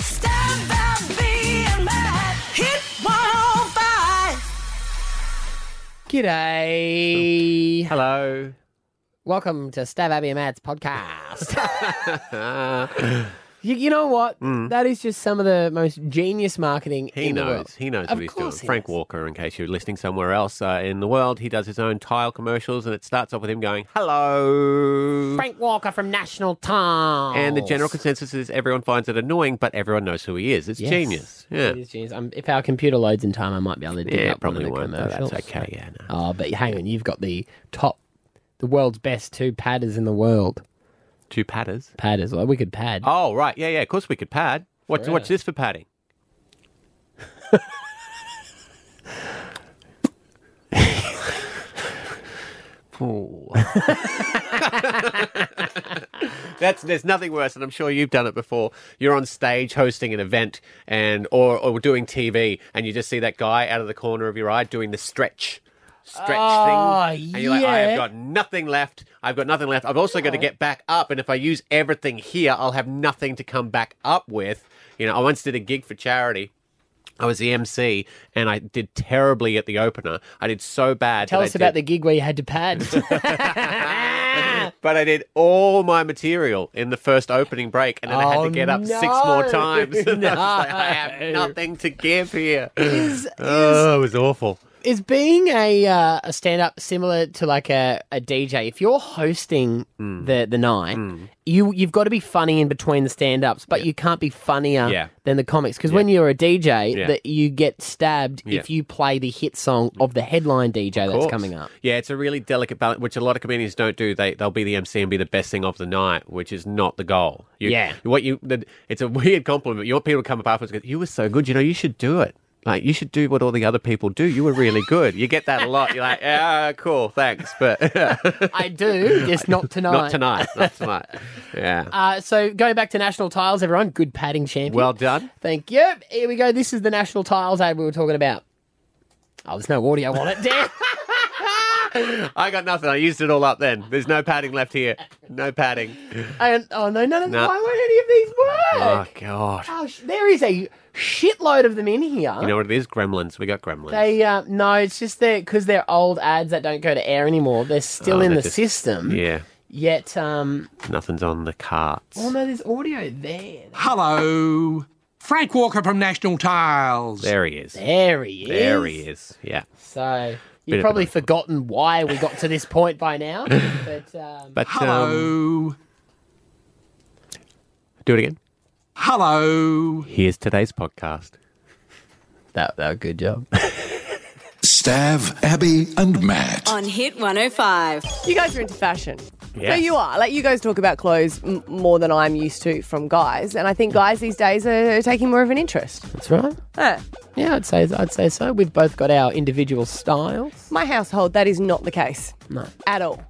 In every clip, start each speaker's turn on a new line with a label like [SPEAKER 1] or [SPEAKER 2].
[SPEAKER 1] oh G'day.
[SPEAKER 2] Hello.
[SPEAKER 1] Welcome to Stav Abby and Matt's podcast. you, you know what? That is just some of the most genius marketing
[SPEAKER 2] Hmm. He
[SPEAKER 1] in the
[SPEAKER 2] knows.
[SPEAKER 1] world.
[SPEAKER 2] He knows
[SPEAKER 1] Of
[SPEAKER 2] what he's doing.
[SPEAKER 1] course he
[SPEAKER 2] Frank Walker, in case you're listening somewhere else uh, in the world, he does his own tile commercials, and it starts off with him going, "Hello."
[SPEAKER 1] Frank Walker from National Tiles.
[SPEAKER 2] And the general consensus is everyone finds it annoying, but everyone knows who he is. It's
[SPEAKER 1] Yes.
[SPEAKER 2] genius. Yeah.
[SPEAKER 1] It is genius. Um, if our computer loads in time, I might be able to dig
[SPEAKER 2] Yeah,
[SPEAKER 1] up one of
[SPEAKER 2] probably
[SPEAKER 1] the
[SPEAKER 2] won't. though. That's
[SPEAKER 1] commercials.
[SPEAKER 2] okay. Yeah. No.
[SPEAKER 1] Oh, but hang on, you've got the top, the world's best two padders in the world.
[SPEAKER 2] Two padders.
[SPEAKER 1] Padders, well, we could pad.
[SPEAKER 2] Oh right. Yeah. Yeah. Of course we could pad. What's
[SPEAKER 1] Forever.
[SPEAKER 2] what's this for padding? Ooh. That's there's nothing worse, and I'm sure you've done it before. You're on stage hosting an event and or, or doing TV, and you just see that guy out of the corner of your eye doing the stretch. Stretch
[SPEAKER 1] Oh,
[SPEAKER 2] thing, and you're like, I
[SPEAKER 1] yeah.
[SPEAKER 2] have got nothing left. I've got nothing left. I've also got to get back up, and if I use everything here, I'll have nothing to come back up with. You know, I once did a gig for charity. I was the MC, and I did terribly at the opener. I did so bad.
[SPEAKER 1] Tell
[SPEAKER 2] that I
[SPEAKER 1] us about
[SPEAKER 2] did-
[SPEAKER 1] the gig where you had to pad.
[SPEAKER 2] but I did all my material in the first opening break, and then I had
[SPEAKER 1] Oh,
[SPEAKER 2] to get up six
[SPEAKER 1] no.
[SPEAKER 2] more times. And I, was like, I
[SPEAKER 1] No.
[SPEAKER 2] have nothing to give here. oh, it was awful.
[SPEAKER 1] Is being a uh, a stand up similar to like a, a DJ? If you're hosting
[SPEAKER 2] Hmm.
[SPEAKER 1] the the night, you you've got to be funny in between the stand ups, but you can't be funnier
[SPEAKER 2] Yeah.
[SPEAKER 1] than the comics because when you're a DJ,
[SPEAKER 2] Yeah.
[SPEAKER 1] that you get stabbed
[SPEAKER 2] Yeah.
[SPEAKER 1] if you play the hit song of the headline DJ that's
[SPEAKER 2] course.
[SPEAKER 1] coming up.
[SPEAKER 2] Yeah, it's a really delicate balance, which a lot of comedians don't do. They they'll be the MC and be the best thing of the night, which is not the goal. You-
[SPEAKER 1] Yeah.
[SPEAKER 2] what you the, it's a weird compliment. Your people come up afterwards, and go, you were so good. You know, you should do it. Like you should do what all the other people do. You were really good. You get that a lot. You're like, ah, cool, thanks, but
[SPEAKER 1] I do, just not tonight.
[SPEAKER 2] not tonight, not tonight. Yeah,
[SPEAKER 1] Uh, so going back to national tiles, everyone, good padding champion.
[SPEAKER 2] well done.
[SPEAKER 1] Thank you. Here we go. This is the national tiles ad we were talking about. Oh, there's no audio on it. Damn.
[SPEAKER 2] I got nothing. I used it all up then. There's no padding left here. No padding.
[SPEAKER 1] And oh no, none of
[SPEAKER 2] No.
[SPEAKER 1] why won't any of these
[SPEAKER 2] Oh
[SPEAKER 1] work?
[SPEAKER 2] god.
[SPEAKER 1] Oh, sh- there is a shitload of them in here.
[SPEAKER 2] You know what it is? Gremlins. We got gremlins.
[SPEAKER 1] they uh, no, it's just they're because they're old ads that don't go to air anymore. They're still
[SPEAKER 2] Oh,
[SPEAKER 1] in
[SPEAKER 2] they're
[SPEAKER 1] the
[SPEAKER 2] just-
[SPEAKER 1] system.
[SPEAKER 2] yeah.
[SPEAKER 1] Yet, um,
[SPEAKER 2] Nothing's on the carts.
[SPEAKER 1] oh no, there's audio there.
[SPEAKER 3] Hello. Frank Walker from National Tiles.
[SPEAKER 2] There he is.
[SPEAKER 1] There he is.
[SPEAKER 2] There he is. Yeah.
[SPEAKER 1] So
[SPEAKER 2] Bit
[SPEAKER 1] you've
[SPEAKER 2] of
[SPEAKER 1] probably
[SPEAKER 2] an-
[SPEAKER 1] forgotten why we got to this point by now. But um,
[SPEAKER 2] But um,
[SPEAKER 3] Hello.
[SPEAKER 2] do it again.
[SPEAKER 3] Hello.
[SPEAKER 2] Here's today's podcast.
[SPEAKER 1] that that was a good job.
[SPEAKER 4] Stav, Abby, and Matt.
[SPEAKER 5] on Hit 105.
[SPEAKER 6] You guys are into fashion.
[SPEAKER 2] Yeah.
[SPEAKER 6] No, you are. Like, you guys talk about clothes m- more than I'm used to from guys. And I think guys these days are taking more of an interest.
[SPEAKER 1] That's right.
[SPEAKER 6] Huh.
[SPEAKER 1] Yeah, I'd say I'd say so. We've both got our individual styles.
[SPEAKER 6] My household, that is not the case. No. At all.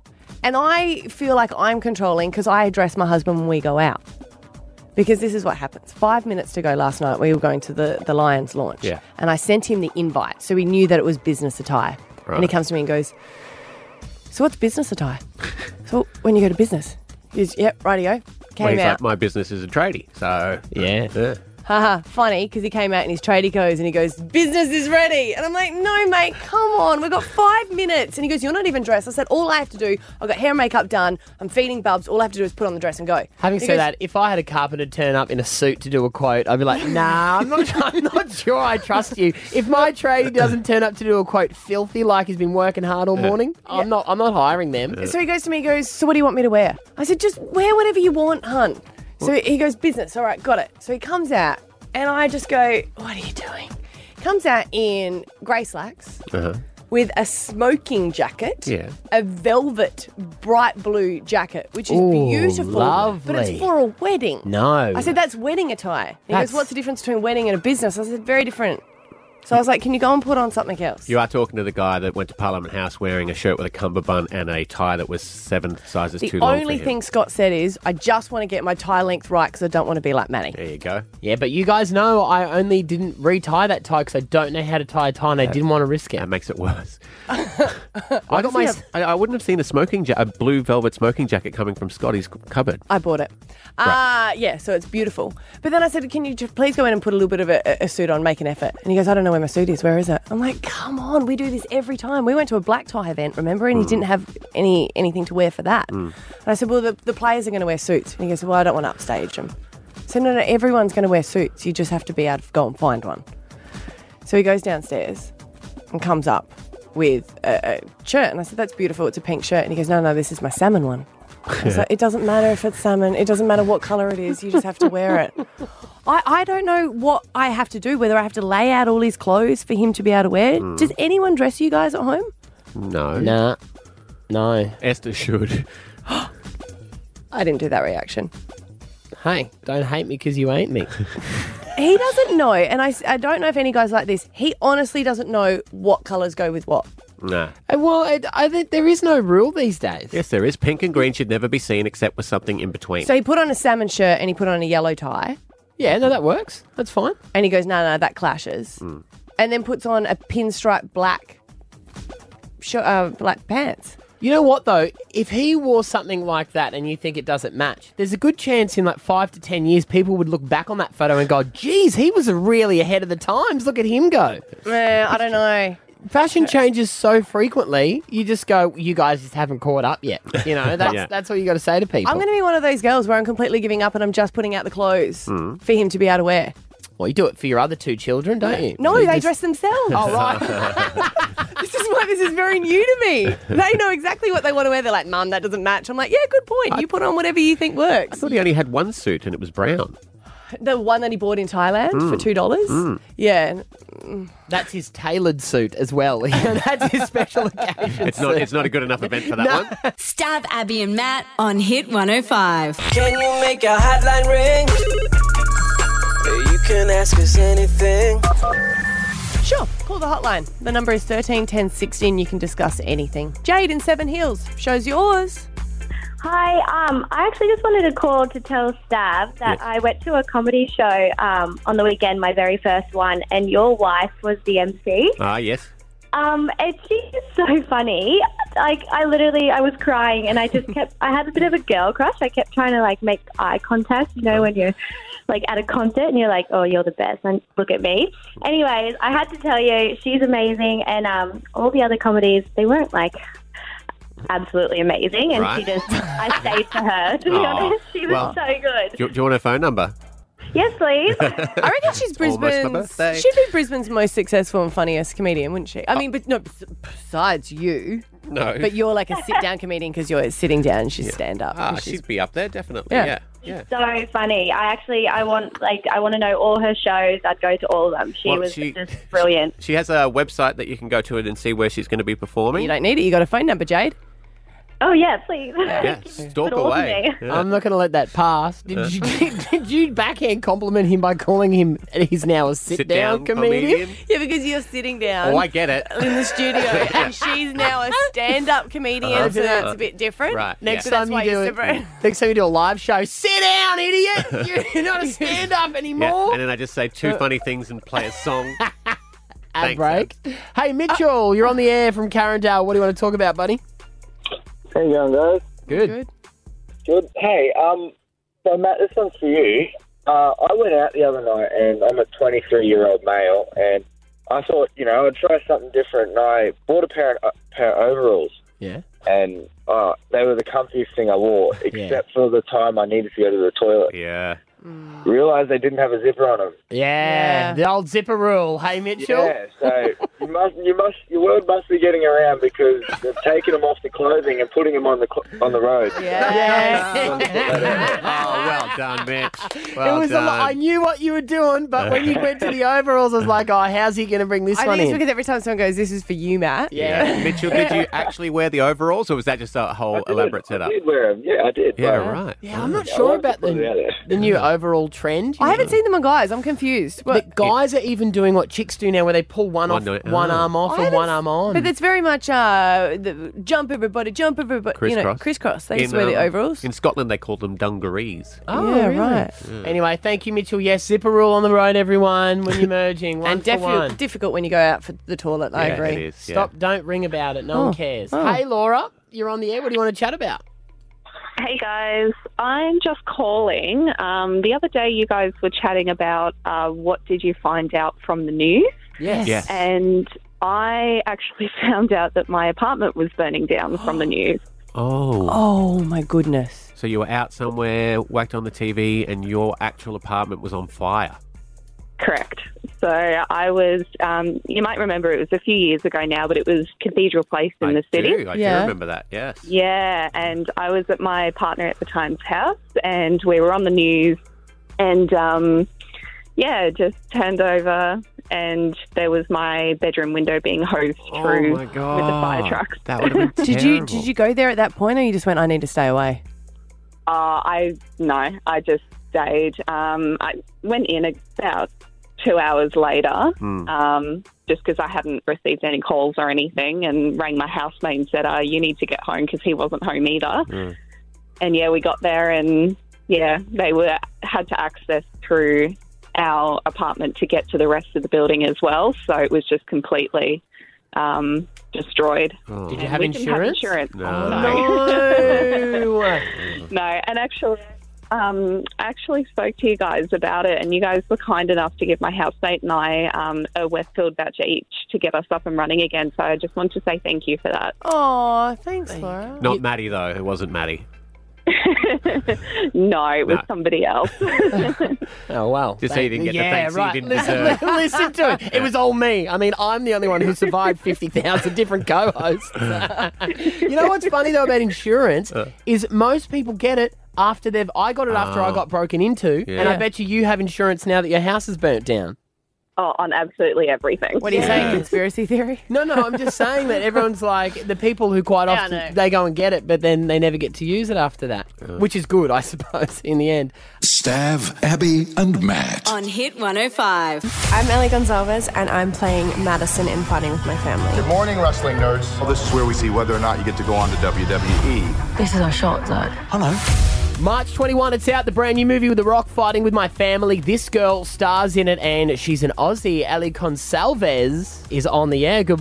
[SPEAKER 6] And I feel like I'm controlling because I address my husband when we go out. Because this is what happens. Five minutes to go last night, we were going to the, the Lions launch.
[SPEAKER 2] Yeah.
[SPEAKER 6] And I sent him the invite. So we knew that it was business attire. And he
[SPEAKER 2] Right.
[SPEAKER 6] comes to me and goes, So what's business attire? so when you go to business? He goes, Yep, rightio. Came
[SPEAKER 2] Well, he's
[SPEAKER 6] out.
[SPEAKER 2] like, my business is a tradie, so
[SPEAKER 1] Yeah.
[SPEAKER 6] haha, funny, because he came out in his tradie goes and he goes, business is ready. And I'm like, no, mate, come on, we've got five minutes. And he goes, you're not even dressed. I said, all I have to do, I've got hair and makeup done, I'm feeding bubs, all I have to do is put on the dress and go.
[SPEAKER 1] Having
[SPEAKER 6] He
[SPEAKER 1] said
[SPEAKER 6] goes,
[SPEAKER 1] that, if I had a carpenter turn up in a suit to do a quote, I'd be like, nah, I'm not, I'm not sure I trust you. If my tradie doesn't turn up to do a quote filthy like he's been working hard all morning, I'm not I'm not hiring them.
[SPEAKER 6] So he goes to me, he goes, So what do you want me to wear? I said, Just wear whatever you want, hun. So he goes, Business, all right, got it. So he comes out and I just go, What are you doing? Comes out in grey slacks with a smoking jacket,
[SPEAKER 2] Uh-huh. Yeah.
[SPEAKER 6] a velvet bright blue jacket, which is
[SPEAKER 1] Ooh,
[SPEAKER 6] beautiful. But
[SPEAKER 1] lovely.
[SPEAKER 6] it's for a wedding.
[SPEAKER 1] No.
[SPEAKER 6] I said, That's wedding attire. He
[SPEAKER 1] That's-
[SPEAKER 6] goes, What's the difference between wedding and a business? I said, Very different. So I was like, Can you go and put on something else?
[SPEAKER 2] You are talking to the guy that went to Parliament House wearing a shirt with a cummerbund and a tie that was seven sizes
[SPEAKER 6] the
[SPEAKER 2] too long. for
[SPEAKER 6] only
[SPEAKER 2] him.
[SPEAKER 6] thing Scott said is, I just want to get my tie length right because I don't want to be like Manny.
[SPEAKER 2] There you go.
[SPEAKER 1] Yeah, but you guys know I only didn't retie that tie because I don't know how to tie a tie and I didn't want to risk it.
[SPEAKER 2] That makes it worse. I,
[SPEAKER 1] does
[SPEAKER 2] got
[SPEAKER 1] he
[SPEAKER 2] my,
[SPEAKER 1] have-
[SPEAKER 2] I, I wouldn't have seen a smoking ja- a blue velvet smoking jacket coming from Scotty's c- cupboard.
[SPEAKER 6] I bought it. Uh, yeah, so it's beautiful. But then I said, can you just please go in and put a little bit of a, a suit on, make an effort? And he goes, I don't know where my suit is. Where is it? I'm like, come on, we do this every time. We went to a black tie event, remember? And he didn't have any anything to wear for that. And I said, well, the, the players are going to wear suits. And he goes, well, I don't want to upstage them. So no, no, everyone's going to wear suits. You just have to be able to go and find one. So he goes downstairs and comes up with a, a shirt. And I said, that's beautiful. It's a pink shirt. And he goes, no, no, this is my salmon one. I was like, it doesn't matter if it's salmon. It doesn't matter what colour it is. You just have to wear it. I, I don't know what I have to do, whether I have to lay out all his clothes for him to be able to wear. Does anyone dress you guys at home?
[SPEAKER 2] No.
[SPEAKER 1] Nah. No.
[SPEAKER 2] Esther should.
[SPEAKER 6] I didn't do that reaction.
[SPEAKER 1] Hey, don't hate me because you ain't me.
[SPEAKER 6] He doesn't know. And I, s- I don't know if any guys like this. He honestly doesn't know what colours go with what.
[SPEAKER 2] Nah.
[SPEAKER 1] Uh, well, I, I think there is no rule these days.
[SPEAKER 2] Yes, there is. Pink and green should never be seen except with something in between.
[SPEAKER 6] So he put on a salmon shirt and he put on a yellow tie.
[SPEAKER 1] Yeah, no, that works. That's fine.
[SPEAKER 6] And he goes, no, no, that clashes.
[SPEAKER 2] Hmm.
[SPEAKER 6] And then puts on a pinstripe black, sh- uh, black pants.
[SPEAKER 1] You know what though? If he wore something like that and you think it doesn't match, there's a good chance in like five to ten years people would look back on that photo and go, "Geez, he was really ahead of the times. Look at him go."
[SPEAKER 6] Eh, I don't know.
[SPEAKER 1] Fashion changes so frequently. You just go, "You guys just haven't caught up yet." You know, that's
[SPEAKER 2] Yeah.
[SPEAKER 1] that's all you got to say to people.
[SPEAKER 6] I'm going to be one of those girls where I'm completely giving up and I'm just putting out the clothes
[SPEAKER 1] Hmm.
[SPEAKER 2] Mm.
[SPEAKER 6] for him to be able to wear.
[SPEAKER 1] Well, you do it for your other two children, don't you?
[SPEAKER 6] No,
[SPEAKER 1] You
[SPEAKER 6] they
[SPEAKER 1] just-
[SPEAKER 6] dress themselves. Oh, right. this is why this is very new to me. They know exactly what they want to wear. They're like, Mum, that doesn't match. I'm like, yeah, good point. You put on whatever you think
[SPEAKER 2] I
[SPEAKER 6] works.
[SPEAKER 2] thought he only had one suit and it was brown.
[SPEAKER 6] The one that he bought in Thailand
[SPEAKER 2] Hmm.
[SPEAKER 6] for $2. Yeah.
[SPEAKER 1] That's his tailored suit as well. that's his special occasion.
[SPEAKER 2] It's not. It's not a good enough event for that one.
[SPEAKER 5] Stab Abby and Matt on Hit 105.
[SPEAKER 7] Can you make a hotline ring? You can ask us anything.
[SPEAKER 6] Sure, call the hotline. The number is 13 10 16. You can discuss anything. Jade in Seven Hills, show's yours.
[SPEAKER 8] Hi, um, I actually just wanted to call to tell Stav that I went to a comedy show um, on the weekend, my very first one, and your wife was the MC.
[SPEAKER 2] Ah, yes.
[SPEAKER 8] Um, and she is so funny. Like, I literally, I was crying, and I just kept, I had a bit of a girl crush. I kept trying to like make eye contact, you know, when you're like at a concert and you're like, oh, you're the best, and look at me. Anyways, I had to tell you, she's amazing, and um, all the other comedies, they weren't like absolutely amazing, and she
[SPEAKER 2] Right.
[SPEAKER 8] just, I stayed for her. To be
[SPEAKER 2] Aw,
[SPEAKER 8] honest, she was
[SPEAKER 2] Ah. well.
[SPEAKER 8] so good.
[SPEAKER 2] Do you, do you want her phone number?
[SPEAKER 8] Yes, please.
[SPEAKER 6] I reckon she's
[SPEAKER 2] almost my
[SPEAKER 6] Brisbane's.
[SPEAKER 2] birthday. Oh.
[SPEAKER 6] She'd be Brisbane's most successful and funniest comedian, wouldn't she? I mean, but no, bes- besides you.
[SPEAKER 2] No.
[SPEAKER 6] But you're like a sit down comedian because you're sitting down, she's stand up.
[SPEAKER 2] ah, she'd be up there definitely.
[SPEAKER 6] Yeah.
[SPEAKER 2] Yeah. Yeah.
[SPEAKER 8] so funny. I actually, I want like, I want to know all her shows. I'd go to all of them. She
[SPEAKER 2] Well,
[SPEAKER 8] was
[SPEAKER 2] she-
[SPEAKER 8] just brilliant.
[SPEAKER 2] She has a website that you can go to it and see where she's going to be performing.
[SPEAKER 6] You don't need it. You got a phone number, Jade.
[SPEAKER 8] Oh yeah, please.
[SPEAKER 2] yeah, stalk
[SPEAKER 8] But
[SPEAKER 2] away.
[SPEAKER 8] wasn't
[SPEAKER 2] Yeah.
[SPEAKER 1] I'm not going to let that pass. Did, you, did you backhand compliment him by calling him he's now a sit,
[SPEAKER 2] Sit
[SPEAKER 1] down, comedian?
[SPEAKER 6] Yeah, because you're sitting down.
[SPEAKER 2] Oh, I get it.
[SPEAKER 6] in the studio, and she's now a stand-up comedian, so
[SPEAKER 1] Uh-huh.
[SPEAKER 6] that's a bit different.
[SPEAKER 2] Right,
[SPEAKER 1] Next
[SPEAKER 2] So
[SPEAKER 1] time you do it, next time you do a live show, sit down, idiot. You're not a stand up
[SPEAKER 2] Yeah.
[SPEAKER 1] anymore.
[SPEAKER 2] And then I just say two
[SPEAKER 6] Uh,
[SPEAKER 2] funny things and play a song.
[SPEAKER 1] Ad
[SPEAKER 2] thanks,
[SPEAKER 1] break. Hey Mitchell, you're on the air from Carindale. What do you want to talk about, buddy?
[SPEAKER 9] How you going, guys?
[SPEAKER 1] Good.
[SPEAKER 9] Good. Hey, um, so Matt, this one's for you. Uh, I went out the other night, and I'm a 23 year old male, and I thought, you know, I'd try something different, and I bought a pair of uh, pair of overalls,
[SPEAKER 1] Yeah.
[SPEAKER 9] and uh, they were the comfiest thing I wore, except for the time I needed to go to the toilet.
[SPEAKER 2] yeah.
[SPEAKER 9] Realised they didn't have a zipper on them.
[SPEAKER 1] Yeah.
[SPEAKER 6] Yeah.
[SPEAKER 1] The old zipper rule. Hey Mitchell.
[SPEAKER 9] Yeah, so you must, you must, your word must be getting around because they've taken them off the clothing and putting them on the cl- on the road.
[SPEAKER 1] Yeah.
[SPEAKER 2] Oh, well done, Mitch. Well
[SPEAKER 1] it was a
[SPEAKER 2] done.
[SPEAKER 1] lot. I knew what you were doing, but when you went to the overalls, I was like, oh, how's he going to bring this
[SPEAKER 6] I
[SPEAKER 1] one
[SPEAKER 6] think it's
[SPEAKER 1] in?
[SPEAKER 6] because every time someone goes, "This is for you, Matt."
[SPEAKER 2] yeah. Mitchell, did you actually wear the overalls or was that just a whole elaborate
[SPEAKER 9] I
[SPEAKER 2] setup?
[SPEAKER 9] did wear 'em. Yeah, I did.
[SPEAKER 2] Yeah,
[SPEAKER 9] but-
[SPEAKER 2] right.
[SPEAKER 1] Yeah, I'm not
[SPEAKER 9] I
[SPEAKER 1] sure
[SPEAKER 9] like to
[SPEAKER 1] about
[SPEAKER 9] put it out
[SPEAKER 1] the,
[SPEAKER 9] there.
[SPEAKER 1] the new overall trend.
[SPEAKER 6] I
[SPEAKER 1] you know.
[SPEAKER 6] haven't seen them on guys. I'm confused. What?
[SPEAKER 1] But guys are even doing what chicks do now, where they pull one,
[SPEAKER 2] One
[SPEAKER 1] off
[SPEAKER 2] note-
[SPEAKER 1] one one arm off and one arm on.
[SPEAKER 6] Oh. But it's very much uh, the jump everybody, jump everybody. You know, crisscross. They just
[SPEAKER 2] In,
[SPEAKER 6] wear the
[SPEAKER 2] um,
[SPEAKER 6] overalls.
[SPEAKER 2] In Scotland, they call them dungarees.
[SPEAKER 1] Oh,
[SPEAKER 6] yeah,
[SPEAKER 1] really?
[SPEAKER 6] right.
[SPEAKER 2] Hmm.
[SPEAKER 1] Anyway, thank you, Mitchell. Yes, zipper rule on the road, everyone. When you're merging, one
[SPEAKER 6] And
[SPEAKER 1] for
[SPEAKER 6] defi-
[SPEAKER 1] one.
[SPEAKER 6] difficult when you go out for the toilet. I
[SPEAKER 2] Yeah,
[SPEAKER 6] agree.
[SPEAKER 2] it is. yeah.
[SPEAKER 1] Stop! Don't ring about it. No
[SPEAKER 6] Oh,
[SPEAKER 1] one cares.
[SPEAKER 6] oh.
[SPEAKER 1] Hey, Laura, you're on the air. What do you want to chat about?
[SPEAKER 10] Hey guys, I'm just calling. Um, the other day, you guys were chatting about uh, what did you find out from the news,
[SPEAKER 1] Yes.
[SPEAKER 2] Yes.
[SPEAKER 10] and I actually found out that my apartment was burning down from the news.
[SPEAKER 2] Oh.
[SPEAKER 6] Oh my goodness.
[SPEAKER 2] So you were out somewhere, whacked on the TV, and your actual apartment was on fire.
[SPEAKER 10] Correct. So I was, um, you might remember it was a few years ago now, but it was Cathedral Place in
[SPEAKER 2] I
[SPEAKER 10] the city.
[SPEAKER 2] Do, I
[SPEAKER 6] Yeah.
[SPEAKER 2] do remember that. Yes.
[SPEAKER 10] Yeah, and I was at my partner at the time's house, and we were on the news, and um, yeah, just turned over, and there was my bedroom window being hosed
[SPEAKER 1] Oh
[SPEAKER 10] through with the fire trucks.
[SPEAKER 2] That would have been
[SPEAKER 6] Did you
[SPEAKER 2] terrible.
[SPEAKER 6] did you go there at that point, or you just went? I need to stay away.
[SPEAKER 10] Uh, I no, I just stayed. Um, I went in about two hours later, um, just because I hadn't received any calls or anything, and rang my housemate and said, "Oh, you need to get home," because he wasn't home either.
[SPEAKER 2] Hmm.
[SPEAKER 10] And yeah, we got there, and yeah, they were had to access through our apartment to get to the rest of the building as well. So it was just completely um, destroyed.
[SPEAKER 2] Oh.
[SPEAKER 1] Did you
[SPEAKER 10] And
[SPEAKER 1] have
[SPEAKER 10] we didn't have
[SPEAKER 1] insurance?
[SPEAKER 10] insurance.
[SPEAKER 2] No.
[SPEAKER 1] No.
[SPEAKER 10] No, and actually, um, I actually spoke to you guys about it, and you guys were kind enough to give my housemate and I um, a Westfield voucher each to get us up and running again. So I just want to say thank you for that.
[SPEAKER 6] Oh, thanks, Laura.
[SPEAKER 2] Not Maddie though. It wasn't Maddie.
[SPEAKER 10] no, it was
[SPEAKER 2] No.
[SPEAKER 10] somebody else.
[SPEAKER 1] oh wow.
[SPEAKER 2] Just so you didn't get the
[SPEAKER 1] yeah,
[SPEAKER 2] thanks you
[SPEAKER 1] right.
[SPEAKER 2] didn't
[SPEAKER 1] listen,
[SPEAKER 2] deserve.
[SPEAKER 1] listen to it. It was all me. I mean, I'm the only one who survived 50,000 different co-hosts. you know what's funny though about insurance
[SPEAKER 2] Uh.
[SPEAKER 1] is most people get it after they've I got it after I
[SPEAKER 2] Oh.
[SPEAKER 1] got broken into
[SPEAKER 2] Yeah.
[SPEAKER 1] and I
[SPEAKER 2] Yeah.
[SPEAKER 1] bet you you have insurance now that your house is burnt down.
[SPEAKER 10] oh, on absolutely everything.
[SPEAKER 6] What are you saying?
[SPEAKER 2] Yeah.
[SPEAKER 6] Conspiracy theory?
[SPEAKER 1] No, no, I'm just saying that everyone's like the people who quite
[SPEAKER 6] Yeah, I know.
[SPEAKER 1] often they go and get it, but then they never get to use it after that, which is good, I suppose, in the end.
[SPEAKER 4] Stav, Abby, and Matt.
[SPEAKER 5] On Hit 105.
[SPEAKER 6] I'm Ellie Gonzalez, and I'm playing Madison in Fighting with My Family.
[SPEAKER 11] Good morning, wrestling nerds. Well, this is where we see whether or not you get to go on to E. WWE.
[SPEAKER 12] This is our shot, Zach.
[SPEAKER 1] March 21, it's out the brand new movie with The Rock fighting with my family. This girl stars in it, and she's an Aussie. Ali Consalves is on the air. Good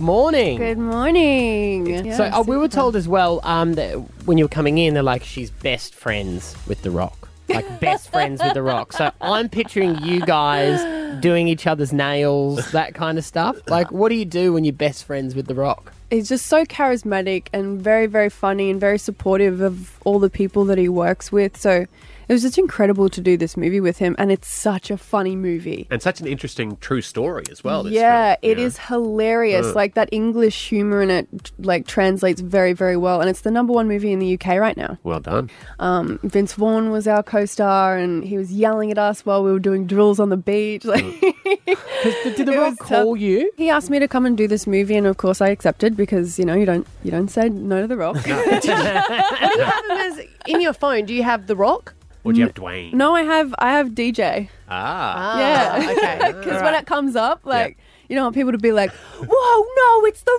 [SPEAKER 1] morning.
[SPEAKER 12] Good morning.
[SPEAKER 1] So uh, we were told as well um, that when you were coming in, they're like she's best friends with The Rock, like best friends with The Rock. So I'm picturing you guys doing each other's nails, that kind of stuff. Like, what do you do when you're best friends with The Rock?
[SPEAKER 12] He's just so charismatic and very, very funny and very supportive of all the people that he works with. So it was just incredible to do this movie with him, and it's such a funny movie.
[SPEAKER 2] And such an interesting true story as well. this
[SPEAKER 12] yeah,
[SPEAKER 2] film.
[SPEAKER 12] it is hilarious. Like that English humor in it, like translates very, very well, and it's the number one movie in the UK right now.
[SPEAKER 2] Well done.
[SPEAKER 12] Um, Vince Vaughn was our co-star, and he was yelling at us while we were doing drills on the beach. Like,
[SPEAKER 1] Did The
[SPEAKER 12] It
[SPEAKER 1] Rock
[SPEAKER 12] was tough.
[SPEAKER 1] call you?
[SPEAKER 12] He asked me to come and do this movie, and of course I accepted because you know you don't you don't say no to the rock.
[SPEAKER 6] In your phone, do you have The Rock?
[SPEAKER 2] Or do you have Dwayne?
[SPEAKER 12] no, I have I have DJ.
[SPEAKER 2] Ah.
[SPEAKER 12] yeah,
[SPEAKER 6] okay.
[SPEAKER 12] Because when it comes up, like you don't want people to be like, "Whoa, no, it's the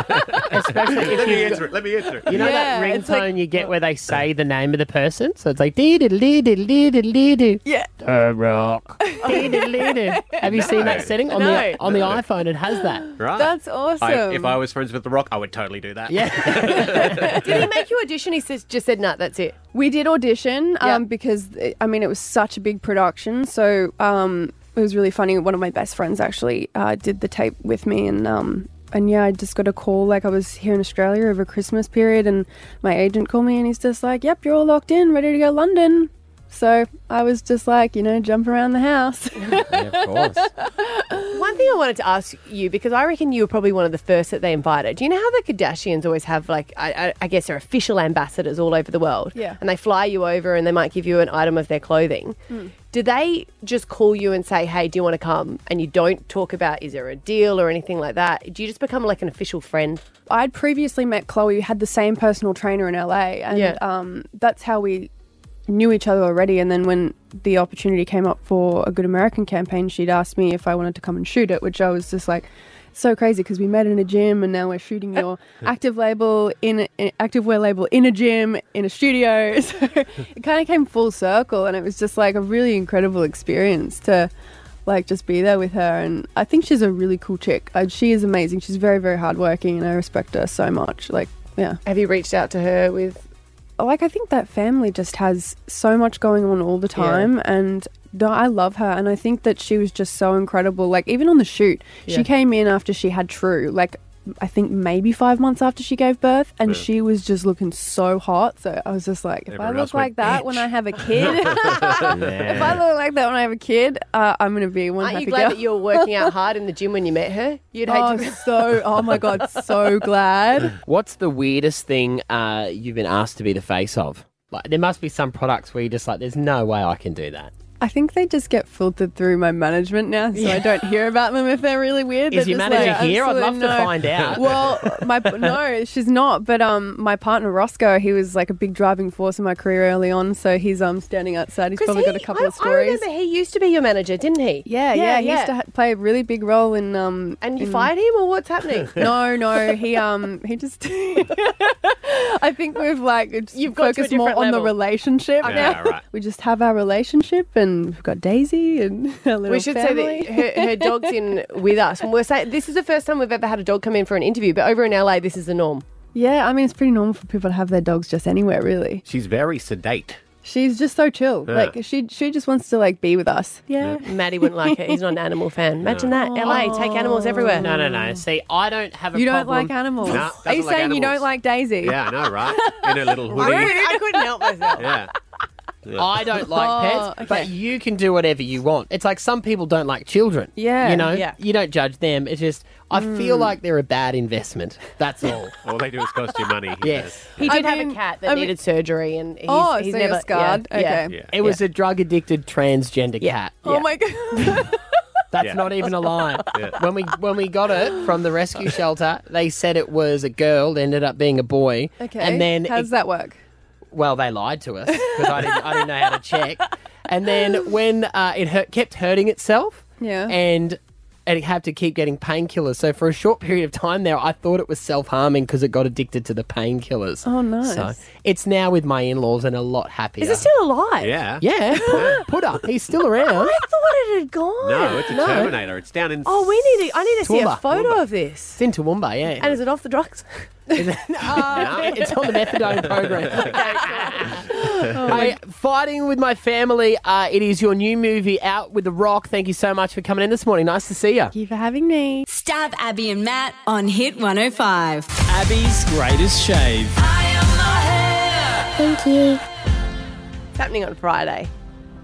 [SPEAKER 12] rock."
[SPEAKER 2] Let me answer it. Let me answer it.
[SPEAKER 1] You know that
[SPEAKER 12] Yeah,
[SPEAKER 1] ringtone
[SPEAKER 12] it's like-
[SPEAKER 1] you get where they say the name of the person? So it's like dee dee dee dee dee dee dee dee.
[SPEAKER 12] yeah,
[SPEAKER 1] Uh, rock. Dee dee dee dee. Have you seen
[SPEAKER 2] No.
[SPEAKER 1] that setting on
[SPEAKER 6] No.
[SPEAKER 1] the on the iPhone? It has that.
[SPEAKER 2] Right.
[SPEAKER 12] that's awesome.
[SPEAKER 2] I, if I was friends with The Rock, I would totally do that.
[SPEAKER 1] Yeah.
[SPEAKER 6] Did he make you audition? He says, just said, nah, that's it.
[SPEAKER 12] we did audition um,
[SPEAKER 6] Yeah.
[SPEAKER 12] because it, I mean it was such a big production, so um, it was really funny. One of my best friends actually uh, did the tape with me, and um, and yeah, I just got a call like I was here in Australia over Christmas period, and my agent called me, and he's just like, "Yep, you're all locked in, ready to go to London." So I was just like, you know, jump around the house.
[SPEAKER 1] of course.
[SPEAKER 6] One thing I wanted to ask you because I reckon you were probably one of the first that they invited. Do you know how the Kardashians always have like I, I, I guess they're official ambassadors all over the world,
[SPEAKER 12] Yeah.
[SPEAKER 6] And they fly you over and they might give you an item of their clothing. Do they just call you and say, "Hey, do you want to come?" And you don't talk about is there a deal or anything like that. Do you just become like an official friend?
[SPEAKER 12] I'd previously met Chloe, who had the same personal trainer in LA, and
[SPEAKER 6] Yeah.
[SPEAKER 12] um, that's how we knew each other already. And then when the opportunity came up for a Good American campaign, she'd asked me if I wanted to come and shoot it, which I was just like, so crazy because we met in a gym and now we're shooting your active label in, in active wear label in a gym in a studio. So it kind of came full circle, and it was just like a really incredible experience to like just be there with her. And I think she's a really cool chick. Uh, she is amazing. She's very very hardworking, and I respect her so much. Like yeah.
[SPEAKER 6] Have you reached out to her with?
[SPEAKER 12] Like I think that family just has so much going on all the time, and no, I love her, and I think that she was just so incredible. Like even on the shoot,
[SPEAKER 6] Yeah.
[SPEAKER 12] she came in after she had True. Like I think maybe five months after she gave birth, and
[SPEAKER 6] Yeah.
[SPEAKER 12] she was just looking so hot. So I was just like, if
[SPEAKER 6] Everyone
[SPEAKER 12] I
[SPEAKER 6] else
[SPEAKER 12] look
[SPEAKER 6] went,
[SPEAKER 12] like that when I have a kid, if I look like that when I have a kid, uh, I'm gonna be one
[SPEAKER 6] Aren't
[SPEAKER 12] happy
[SPEAKER 6] you glad
[SPEAKER 12] girl.
[SPEAKER 6] that you were working out hard in the gym when you met her? You'd hate
[SPEAKER 12] oh,
[SPEAKER 6] to.
[SPEAKER 12] so oh my god, so glad.
[SPEAKER 1] What's the weirdest thing uh, you've been asked to be the face of? Like, there must be some products where you're just like, there's no way I can do that.
[SPEAKER 12] I think they just get filtered through my management now, so I don't hear about them if they're really weird.
[SPEAKER 1] Is
[SPEAKER 12] They're
[SPEAKER 1] your
[SPEAKER 12] just
[SPEAKER 1] manager
[SPEAKER 12] like,
[SPEAKER 1] here? I'd love
[SPEAKER 12] absolutely
[SPEAKER 1] to
[SPEAKER 12] no.
[SPEAKER 1] find out.
[SPEAKER 12] Well, my no, she's not. But um, my partner Roscoe, he was like a big driving force in my career early on, so he's um standing outside. He's
[SPEAKER 6] 'Cause
[SPEAKER 12] probably
[SPEAKER 6] he-
[SPEAKER 12] got a couple
[SPEAKER 6] I,
[SPEAKER 12] of stories.
[SPEAKER 6] I remember he used to be your manager, didn't he?
[SPEAKER 12] Yeah, yeah, he used to ha- play a really big role in. Um,
[SPEAKER 6] and you
[SPEAKER 12] in-
[SPEAKER 6] fired him, or what's happening?
[SPEAKER 12] no, no, he um he just. I think we've like you've
[SPEAKER 6] got to a
[SPEAKER 12] focused more
[SPEAKER 6] different
[SPEAKER 12] on the
[SPEAKER 6] level.
[SPEAKER 12] relationship now.
[SPEAKER 6] Yeah, right.
[SPEAKER 12] We just have our relationship, and we've got Daisy and our little
[SPEAKER 6] We should
[SPEAKER 12] family.
[SPEAKER 6] say that her, her dog's in with us, and we're saying this is the first time we've ever had a dog come in for an interview. But over in LA, this is the norm.
[SPEAKER 12] yeah, I mean it's pretty normal for people to have their dogs just anywhere, really.
[SPEAKER 2] She's very sedate.
[SPEAKER 12] She's just so chill.
[SPEAKER 2] Yeah.
[SPEAKER 12] Like she she just wants to like be with us.
[SPEAKER 6] Yeah. Maddie wouldn't like it. He's not an animal fan. Imagine that. LA, take animals everywhere.
[SPEAKER 1] No, no, no. See, I don't have a
[SPEAKER 12] You don't
[SPEAKER 1] problem-
[SPEAKER 12] like animals.
[SPEAKER 1] No,
[SPEAKER 12] Are you
[SPEAKER 1] doesn't like
[SPEAKER 12] saying you don't
[SPEAKER 1] animals.
[SPEAKER 12] like Daisy?
[SPEAKER 2] Yeah, I know, right? In her little hoodie.
[SPEAKER 6] I couldn't help myself.
[SPEAKER 2] Yeah. Yeah.
[SPEAKER 1] I don't like pets,
[SPEAKER 12] Oh,
[SPEAKER 1] but you can do whatever you want. It's like some people don't like children.
[SPEAKER 12] Yeah.
[SPEAKER 1] You know,
[SPEAKER 12] Yeah.
[SPEAKER 1] you don't judge them. It's just, I feel
[SPEAKER 12] Mm.
[SPEAKER 1] like they're a bad investment. That's all.
[SPEAKER 2] All they do is cost you money.
[SPEAKER 1] Yes.
[SPEAKER 6] He
[SPEAKER 12] I
[SPEAKER 6] did have a
[SPEAKER 12] mean-
[SPEAKER 6] cat that
[SPEAKER 12] I mean-
[SPEAKER 6] needed surgery, and he's,
[SPEAKER 12] Oh,
[SPEAKER 6] he's
[SPEAKER 12] so you're
[SPEAKER 6] never
[SPEAKER 12] scarred.
[SPEAKER 6] Yeah, yeah.
[SPEAKER 12] Okay.
[SPEAKER 1] It was a drug addicted transgender cat.
[SPEAKER 12] Oh my god.
[SPEAKER 1] That's
[SPEAKER 12] Yeah.
[SPEAKER 1] not even a lie.
[SPEAKER 12] Yeah.
[SPEAKER 1] When we when we got it from the rescue shelter, they said it was a girl, it ended up being a boy.
[SPEAKER 12] Okay.
[SPEAKER 1] And then
[SPEAKER 12] how does
[SPEAKER 1] it-
[SPEAKER 12] that work?
[SPEAKER 1] well, they lied to us because I didn't I didn't know how to check. And then when uh, it hurt, kept hurting itself,
[SPEAKER 12] Yeah.
[SPEAKER 1] and it had to keep getting painkillers. So for a short period of time there, I thought it was self harming because it got addicted to the painkillers.
[SPEAKER 12] Oh, nice.
[SPEAKER 1] So it's now with my in laws and a lot happier.
[SPEAKER 6] Is it still alive?
[SPEAKER 2] Yeah.
[SPEAKER 1] Yeah, put up. He's still around.
[SPEAKER 6] I thought it had gone.
[SPEAKER 2] No, it's a Terminator. It's down in.
[SPEAKER 6] Oh, we need. To, I need to see a
[SPEAKER 1] Toowoomba.
[SPEAKER 6] photo of this. It's
[SPEAKER 1] in Toowoomba, yeah.
[SPEAKER 6] And is it off the drugs?
[SPEAKER 1] Uh, it's on the methadone program.
[SPEAKER 12] Oh.
[SPEAKER 1] I, fighting with my family. Uh, it is your new movie out with The Rock. Thank you so much for coming in this morning. Nice to see you.
[SPEAKER 12] Thank you for having me.
[SPEAKER 5] Stab Abby and Matt on Hit 105.
[SPEAKER 13] Abby's greatest shave.
[SPEAKER 6] Thank you. It's happening on Friday.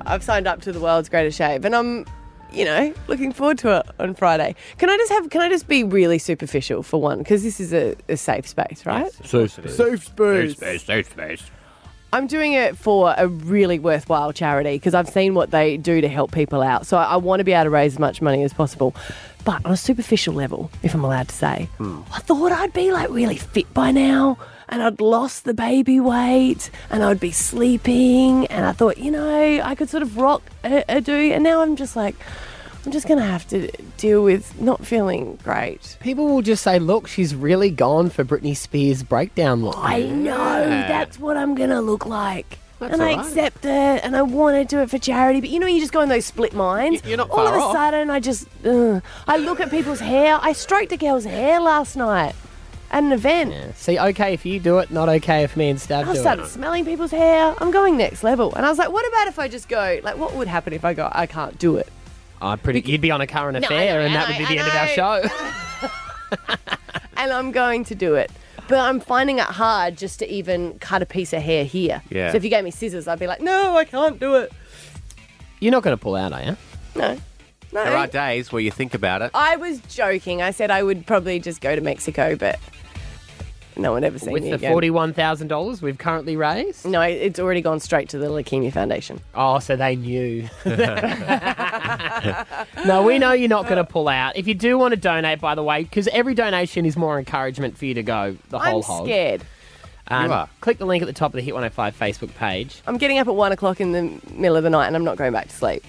[SPEAKER 6] I've signed up to the world's greatest shave, and I'm, you know, looking forward to it on Friday. Can I just have? Can I just be really superficial for one? Because this is a, a safe space, right?
[SPEAKER 1] Safe
[SPEAKER 2] space.
[SPEAKER 1] Safe space.
[SPEAKER 2] Safe space. Safe space.
[SPEAKER 6] I'm doing it for a really worthwhile charity because I've seen what they do to help people out. So I, I want to be able to raise as much money as possible. But on a superficial level, if I'm allowed to say, I thought I'd be like really fit by now and I'd lost the baby weight and I'd be sleeping and I thought, you know, I could sort of rock a, a do. And now I'm just like, I'm just going to have to deal with not feeling great.
[SPEAKER 1] People will just say, look, she's really gone for Britney Spears' breakdown look.
[SPEAKER 6] I know that's what I'm gonna look like.
[SPEAKER 1] That's
[SPEAKER 6] and I
[SPEAKER 1] all right.
[SPEAKER 6] accept it, and I want to do it for charity. But you know, you just go in those split minds.
[SPEAKER 1] Y- you're not
[SPEAKER 6] All of
[SPEAKER 1] far
[SPEAKER 6] a
[SPEAKER 1] off.
[SPEAKER 6] sudden, I just ugh. I look at people's hair. I stroked a girl's hair last night at an event.
[SPEAKER 1] See, okay if you do it, not okay if me and Stab
[SPEAKER 6] I
[SPEAKER 1] do
[SPEAKER 6] started
[SPEAKER 1] it.
[SPEAKER 6] smelling people's hair. I'm going next level, and I was like, "What about if I just go? Like, what would happen if I go? I can't do it."
[SPEAKER 1] I'm pretty. You'd be on a current
[SPEAKER 6] No, I
[SPEAKER 1] affair,
[SPEAKER 6] know,
[SPEAKER 1] and
[SPEAKER 6] I
[SPEAKER 1] that would be
[SPEAKER 6] know,
[SPEAKER 1] the
[SPEAKER 6] I
[SPEAKER 1] end of our show.
[SPEAKER 6] and I'm going to do it. But I'm finding it hard just to even cut a piece of hair here.
[SPEAKER 1] Yeah.
[SPEAKER 6] So if you gave me scissors, I'd be like, "No, I can't do it."
[SPEAKER 1] You're not going to pull out, are you?
[SPEAKER 6] No. No. Oh,
[SPEAKER 2] There are days where you think about it.
[SPEAKER 6] I was joking. I said I would probably just go to Mexico, but no one ever seen
[SPEAKER 1] With
[SPEAKER 6] me
[SPEAKER 1] the
[SPEAKER 6] again.
[SPEAKER 1] forty-one thousand dollars we've currently raised.
[SPEAKER 6] No, it's already gone straight to the Leukemia Foundation.
[SPEAKER 1] Oh, so they knew. no, we know you're not going to pull out. If you do want to donate, by the way, because every donation is more encouragement for you to go the whole
[SPEAKER 6] I'm
[SPEAKER 1] hog.
[SPEAKER 6] scared.
[SPEAKER 1] Uh, Um,
[SPEAKER 6] You are.
[SPEAKER 1] Click the link at the top of the Hit 105 Facebook page.
[SPEAKER 6] I'm getting up at one o'clock in the middle of the night and I'm not going back to sleep.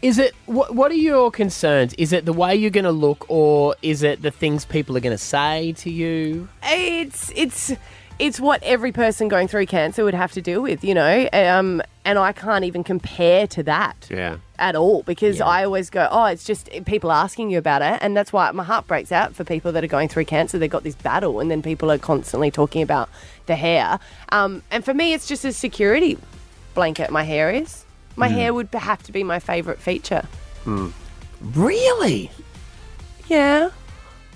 [SPEAKER 1] Is it what? What are your concerns? Is it the way you're going to look, or is it the things people are going to say to you?
[SPEAKER 6] It's it's it's what every person going through cancer would have to deal with, you know. Um, and I can't even compare to that
[SPEAKER 2] Yeah.
[SPEAKER 6] at all because I always go, oh, it's just people asking you about it, and that's why my heart breaks out for people that are going through cancer. They've got this battle, and then people are constantly talking about the hair. Um, and for me, it's just a security blanket. My hair is. My
[SPEAKER 1] Mm.
[SPEAKER 6] hair would have to be my favourite feature.
[SPEAKER 1] Really?
[SPEAKER 6] Yeah.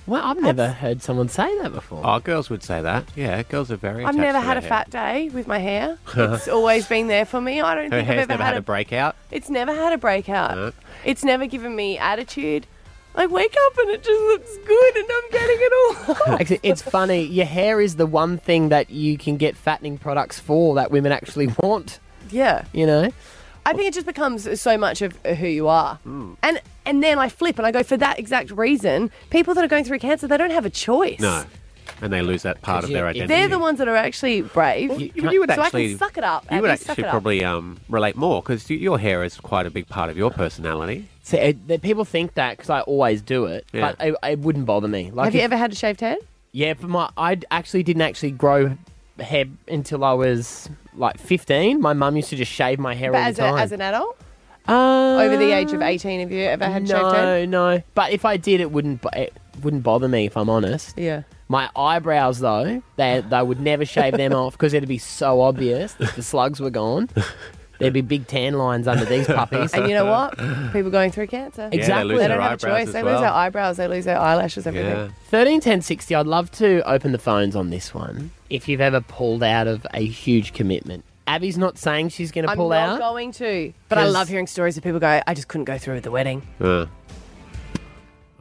[SPEAKER 1] Well, I've never heard someone say that before.
[SPEAKER 2] Oh, girls would say that. Yeah, girls are very.
[SPEAKER 6] I've
[SPEAKER 2] attached
[SPEAKER 6] never
[SPEAKER 2] to
[SPEAKER 6] had
[SPEAKER 2] their
[SPEAKER 6] a
[SPEAKER 2] hair.
[SPEAKER 6] fat day with my hair. It's always been there for me. I don't
[SPEAKER 2] Her
[SPEAKER 6] think I've
[SPEAKER 2] hair's
[SPEAKER 6] ever
[SPEAKER 2] never
[SPEAKER 6] had,
[SPEAKER 2] had a breakout.
[SPEAKER 6] It's never had a breakout.
[SPEAKER 2] No.
[SPEAKER 6] It's never given me attitude. I wake up and it just looks good, and I'm getting it all.
[SPEAKER 1] Actually, it's funny. Your hair is the one thing that you can get fattening products for that women actually want.
[SPEAKER 6] yeah.
[SPEAKER 1] You know.
[SPEAKER 6] I think it just becomes so much of uh, who you are.
[SPEAKER 2] Hmm.
[SPEAKER 6] And and then I flip and I go for that exact reason. People that are going through cancer, they don't have a choice.
[SPEAKER 2] No, and they lose that part of their identity.
[SPEAKER 6] They're the ones that are actually brave.
[SPEAKER 2] you- you would
[SPEAKER 6] so I
[SPEAKER 2] actually-
[SPEAKER 6] can suck it up.
[SPEAKER 2] you would
[SPEAKER 6] Abby, suck
[SPEAKER 2] actually
[SPEAKER 6] it up.
[SPEAKER 2] probably um, relate more because your hair is quite a big part of your personality.
[SPEAKER 1] So uh, the people think that because I always do it,
[SPEAKER 2] Yeah.
[SPEAKER 1] but it, it wouldn't bother me. Like,
[SPEAKER 6] have you
[SPEAKER 1] if-
[SPEAKER 6] ever had a shaved head?
[SPEAKER 1] Yeah, but my I d- actually didn't actually grow hair until I was like fifteen. My mum used to just shave my hair
[SPEAKER 6] But
[SPEAKER 1] all
[SPEAKER 6] as,
[SPEAKER 1] the time.
[SPEAKER 6] a, as an adult? Um,
[SPEAKER 1] Uh,
[SPEAKER 6] Over the age of 18, have you ever had shaved head?
[SPEAKER 1] no, no. But if I did, it wouldn't. bo- It wouldn't bother me if I'm honest.
[SPEAKER 6] Yeah.
[SPEAKER 1] My eyebrows, though, they they would never shave them off because it'd be so obvious that the slugs were gone. There'd be big tan lines under these puppies.
[SPEAKER 6] And you know what? People going through cancer.
[SPEAKER 1] Exactly. Yeah, they lose
[SPEAKER 6] they
[SPEAKER 1] their
[SPEAKER 6] don't have a
[SPEAKER 1] eyebrows
[SPEAKER 6] choice.
[SPEAKER 1] as
[SPEAKER 6] They
[SPEAKER 1] well.
[SPEAKER 6] lose their eyebrows, they lose their eyelashes, everything.
[SPEAKER 1] Yeah. 13 10 60, I'd love to open the phones on this one. If you've ever pulled out of a huge commitment, Abby's not saying she's going to
[SPEAKER 6] I'm
[SPEAKER 1] pull
[SPEAKER 6] not
[SPEAKER 1] out.
[SPEAKER 6] going to. But I
[SPEAKER 1] 'Cause-
[SPEAKER 6] love hearing stories of people go, I just couldn't go through with the wedding.
[SPEAKER 2] Uh,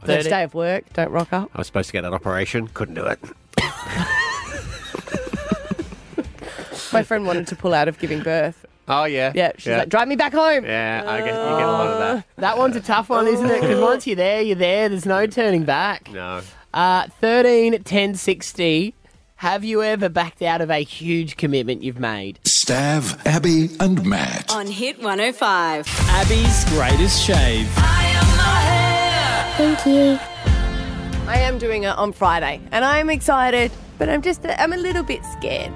[SPEAKER 6] First day of work, don't rock up.
[SPEAKER 2] I was supposed to get that operation, couldn't do it.
[SPEAKER 6] My friend wanted to pull out of giving birth.
[SPEAKER 2] Oh yeah,
[SPEAKER 6] Yeah, she's like, drive me back home.
[SPEAKER 2] Yeah, I guess you get a lot of that.
[SPEAKER 1] That one's a tough one, isn't it? Because once you're there, you're there. There's no turning back.
[SPEAKER 2] No.
[SPEAKER 1] Uh, 13 10 60, have you ever backed out of a huge commitment you've made?
[SPEAKER 4] Stav, Abby, and Matt.
[SPEAKER 5] On Hit 105.
[SPEAKER 13] Abby's greatest shave.
[SPEAKER 6] Thank you. I am doing it on Friday, and I am excited, but I'm just, I'm a little bit scared.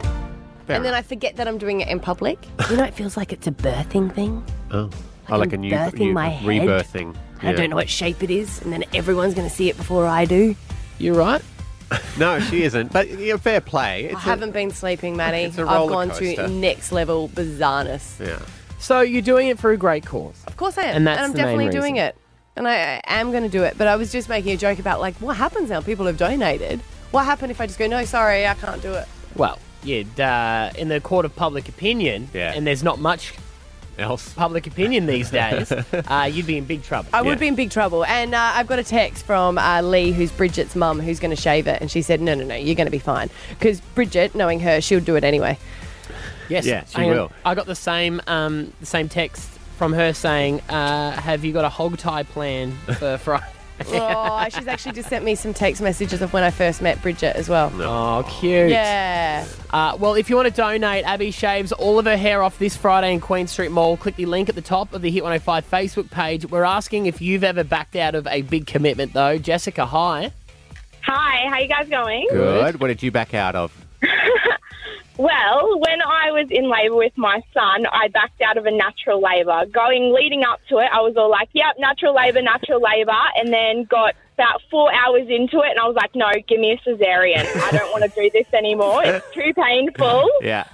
[SPEAKER 2] Fair
[SPEAKER 6] and then I forget that I'm doing it in public. You know, it feels like it's a birthing thing.
[SPEAKER 2] Oh, I like a new,
[SPEAKER 6] birthing
[SPEAKER 2] new
[SPEAKER 6] my head.
[SPEAKER 2] rebirthing.
[SPEAKER 6] I don't know what shape it is, and then everyone's going to see it before I do.
[SPEAKER 1] You're right.
[SPEAKER 2] no, she isn't. But yeah, fair play. It's
[SPEAKER 6] I
[SPEAKER 2] a-
[SPEAKER 6] haven't been sleeping, Maddie.
[SPEAKER 2] it's a
[SPEAKER 6] I've
[SPEAKER 2] roller
[SPEAKER 6] gone
[SPEAKER 2] coaster.
[SPEAKER 6] to next level bizarreness.
[SPEAKER 2] Yeah.
[SPEAKER 1] So you're doing it for a great cause.
[SPEAKER 6] Of course I am,
[SPEAKER 1] And that's
[SPEAKER 6] I'm
[SPEAKER 1] the main
[SPEAKER 6] definitely doing
[SPEAKER 1] reason.
[SPEAKER 6] it, and I, I am going to do it. But I was just making a joke about like what happens now. People have donated. What happened if I just go? No, sorry, I can't do it.
[SPEAKER 1] Well, yeah, uh, in the court of public opinion, and there's not much
[SPEAKER 2] else
[SPEAKER 1] public opinion these days, uh, you'd be in big trouble.
[SPEAKER 6] I would be in big trouble. And uh, I've got a text from uh, Lee, who's Bridget's mum, who's going to shave it, and she said, "No, no, no, you're going to be fine." Because Bridget, knowing her, she'll do it anyway.
[SPEAKER 1] Yes,
[SPEAKER 2] Yeah, she
[SPEAKER 1] hang on.
[SPEAKER 2] will.
[SPEAKER 1] I got the same um, the same text from her saying, uh, "Have you got a hog tie plan for Friday?"
[SPEAKER 6] oh, she's actually just sent me some text messages of when I first met Bridget as well.
[SPEAKER 1] Oh, cute.
[SPEAKER 6] Yeah.
[SPEAKER 1] Uh, well, if you want to donate, Abby shaves all of her hair off this Friday in Queen Street Mall. Click the link at the top of the Hit 105 Facebook page. We're asking if you've ever backed out of a big commitment, though. Jessica, hi.
[SPEAKER 14] Hi, how you guys going?
[SPEAKER 2] Good. What did you back out of?
[SPEAKER 14] Well, when I was in labour with my son, I backed out of a natural labour. Going leading up to it, I was all like, "Yep, natural labour, natural labour," and then got about four hours into it, and I was like, "No, give me a cesarean. I don't want to do this anymore. It's too painful."
[SPEAKER 2] Yeah.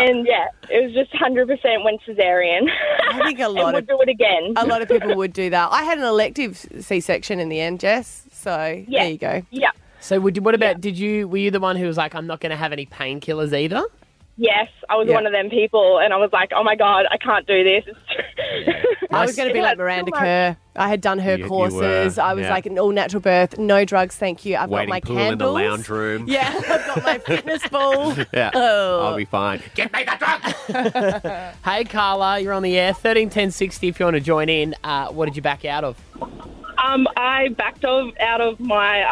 [SPEAKER 14] And yeah, it was just hundred percent went cesarean. I think a and
[SPEAKER 6] lot of-
[SPEAKER 14] would do it again.
[SPEAKER 6] A lot of people would do that. I had an elective C section in the end, Jess. So there you go.
[SPEAKER 14] Yeah.
[SPEAKER 1] So, would you, what about did you? Were you the one who was like, "I'm not going to have any painkillers either"?
[SPEAKER 14] Yes, I was
[SPEAKER 1] Yeah.
[SPEAKER 14] one of them people, and I was like, "Oh my god, I can't do this."
[SPEAKER 6] I was going to be
[SPEAKER 14] It
[SPEAKER 6] like
[SPEAKER 14] hurts so
[SPEAKER 6] Miranda
[SPEAKER 14] much.
[SPEAKER 6] Kerr. I had done her
[SPEAKER 2] You- you were,
[SPEAKER 6] courses. I was
[SPEAKER 2] yeah.
[SPEAKER 6] like an all natural birth, no drugs, thank you. I've
[SPEAKER 2] Waiting
[SPEAKER 6] got my
[SPEAKER 2] pool
[SPEAKER 6] candles.
[SPEAKER 2] in the lounge room.
[SPEAKER 6] Yeah, I've got my fitness ball.
[SPEAKER 2] yeah.
[SPEAKER 6] Oh.
[SPEAKER 2] I'll be fine. Get me the drug.
[SPEAKER 1] Hey, Carla, you're on the air. Thirteen ten sixty. If you want to join in, uh, what did you back out of?
[SPEAKER 15] Um, I backed off out of my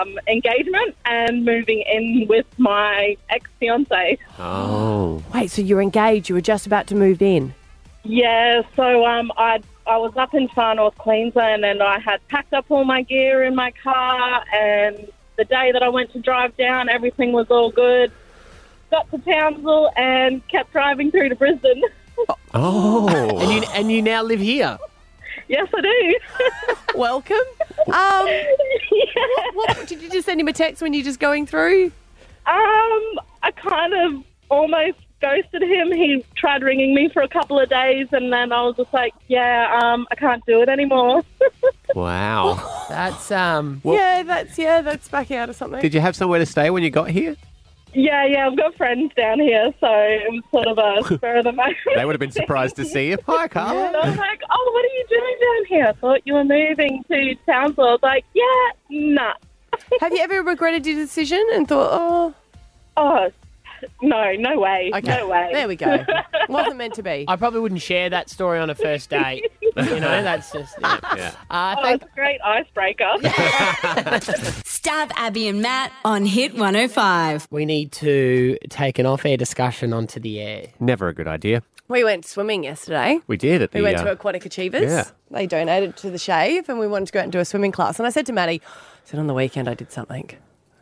[SPEAKER 15] um, engagement and moving in with my ex fiance.
[SPEAKER 2] Oh.
[SPEAKER 6] Wait, so you're engaged. You were just about to move in.
[SPEAKER 15] Yeah, so um, I I was up in far north Queensland and I had packed up all my gear in my car. And the day that I went to drive down, everything was all good. Got to Townsville and kept driving through to Brisbane.
[SPEAKER 2] Oh.
[SPEAKER 1] and you and you now live here.
[SPEAKER 15] yes, I do.
[SPEAKER 6] Welcome. Um, what, what- did you just send him a text when you're just going through?
[SPEAKER 15] Um, I kind of almost ghosted him. He tried ringing me for a couple of days, and then I was just like, "Yeah, um, I can't do it anymore."
[SPEAKER 2] Wow.
[SPEAKER 1] That's um.
[SPEAKER 2] Well-
[SPEAKER 6] yeah, that's yeah, that's back out or something.
[SPEAKER 2] Did you have somewhere to stay when you got here?
[SPEAKER 15] Yeah, yeah, I've got friends down here, so it was sort of a spur of the moment.
[SPEAKER 2] They would have been surprised to see you. Hi, Carl.
[SPEAKER 15] And I was like, "Oh, what are you doing down here?" I thought you were moving to Townsville. I was like, "Yeah, nah."
[SPEAKER 6] Have you ever regretted your decision and thought, "Oh,
[SPEAKER 15] oh, no, no way, no way."
[SPEAKER 6] There we go. Wasn't meant to be.
[SPEAKER 1] I probably wouldn't share that story on a first date. you know, that's just. yeah.
[SPEAKER 6] Uh,
[SPEAKER 15] oh, it's a great icebreaker.
[SPEAKER 5] Stab Abby and Matt on Hit 105.
[SPEAKER 1] We need to take an off-air discussion onto the air.
[SPEAKER 2] Never a good idea.
[SPEAKER 6] We went swimming yesterday.
[SPEAKER 2] We did at
[SPEAKER 6] We
[SPEAKER 2] the,
[SPEAKER 6] went
[SPEAKER 2] uh,
[SPEAKER 6] to Aquatic Achievers.
[SPEAKER 2] yeah.
[SPEAKER 6] They donated to the shave, and we wanted to go out and do a swimming class. And I said to Maddie, I said on the weekend I did something,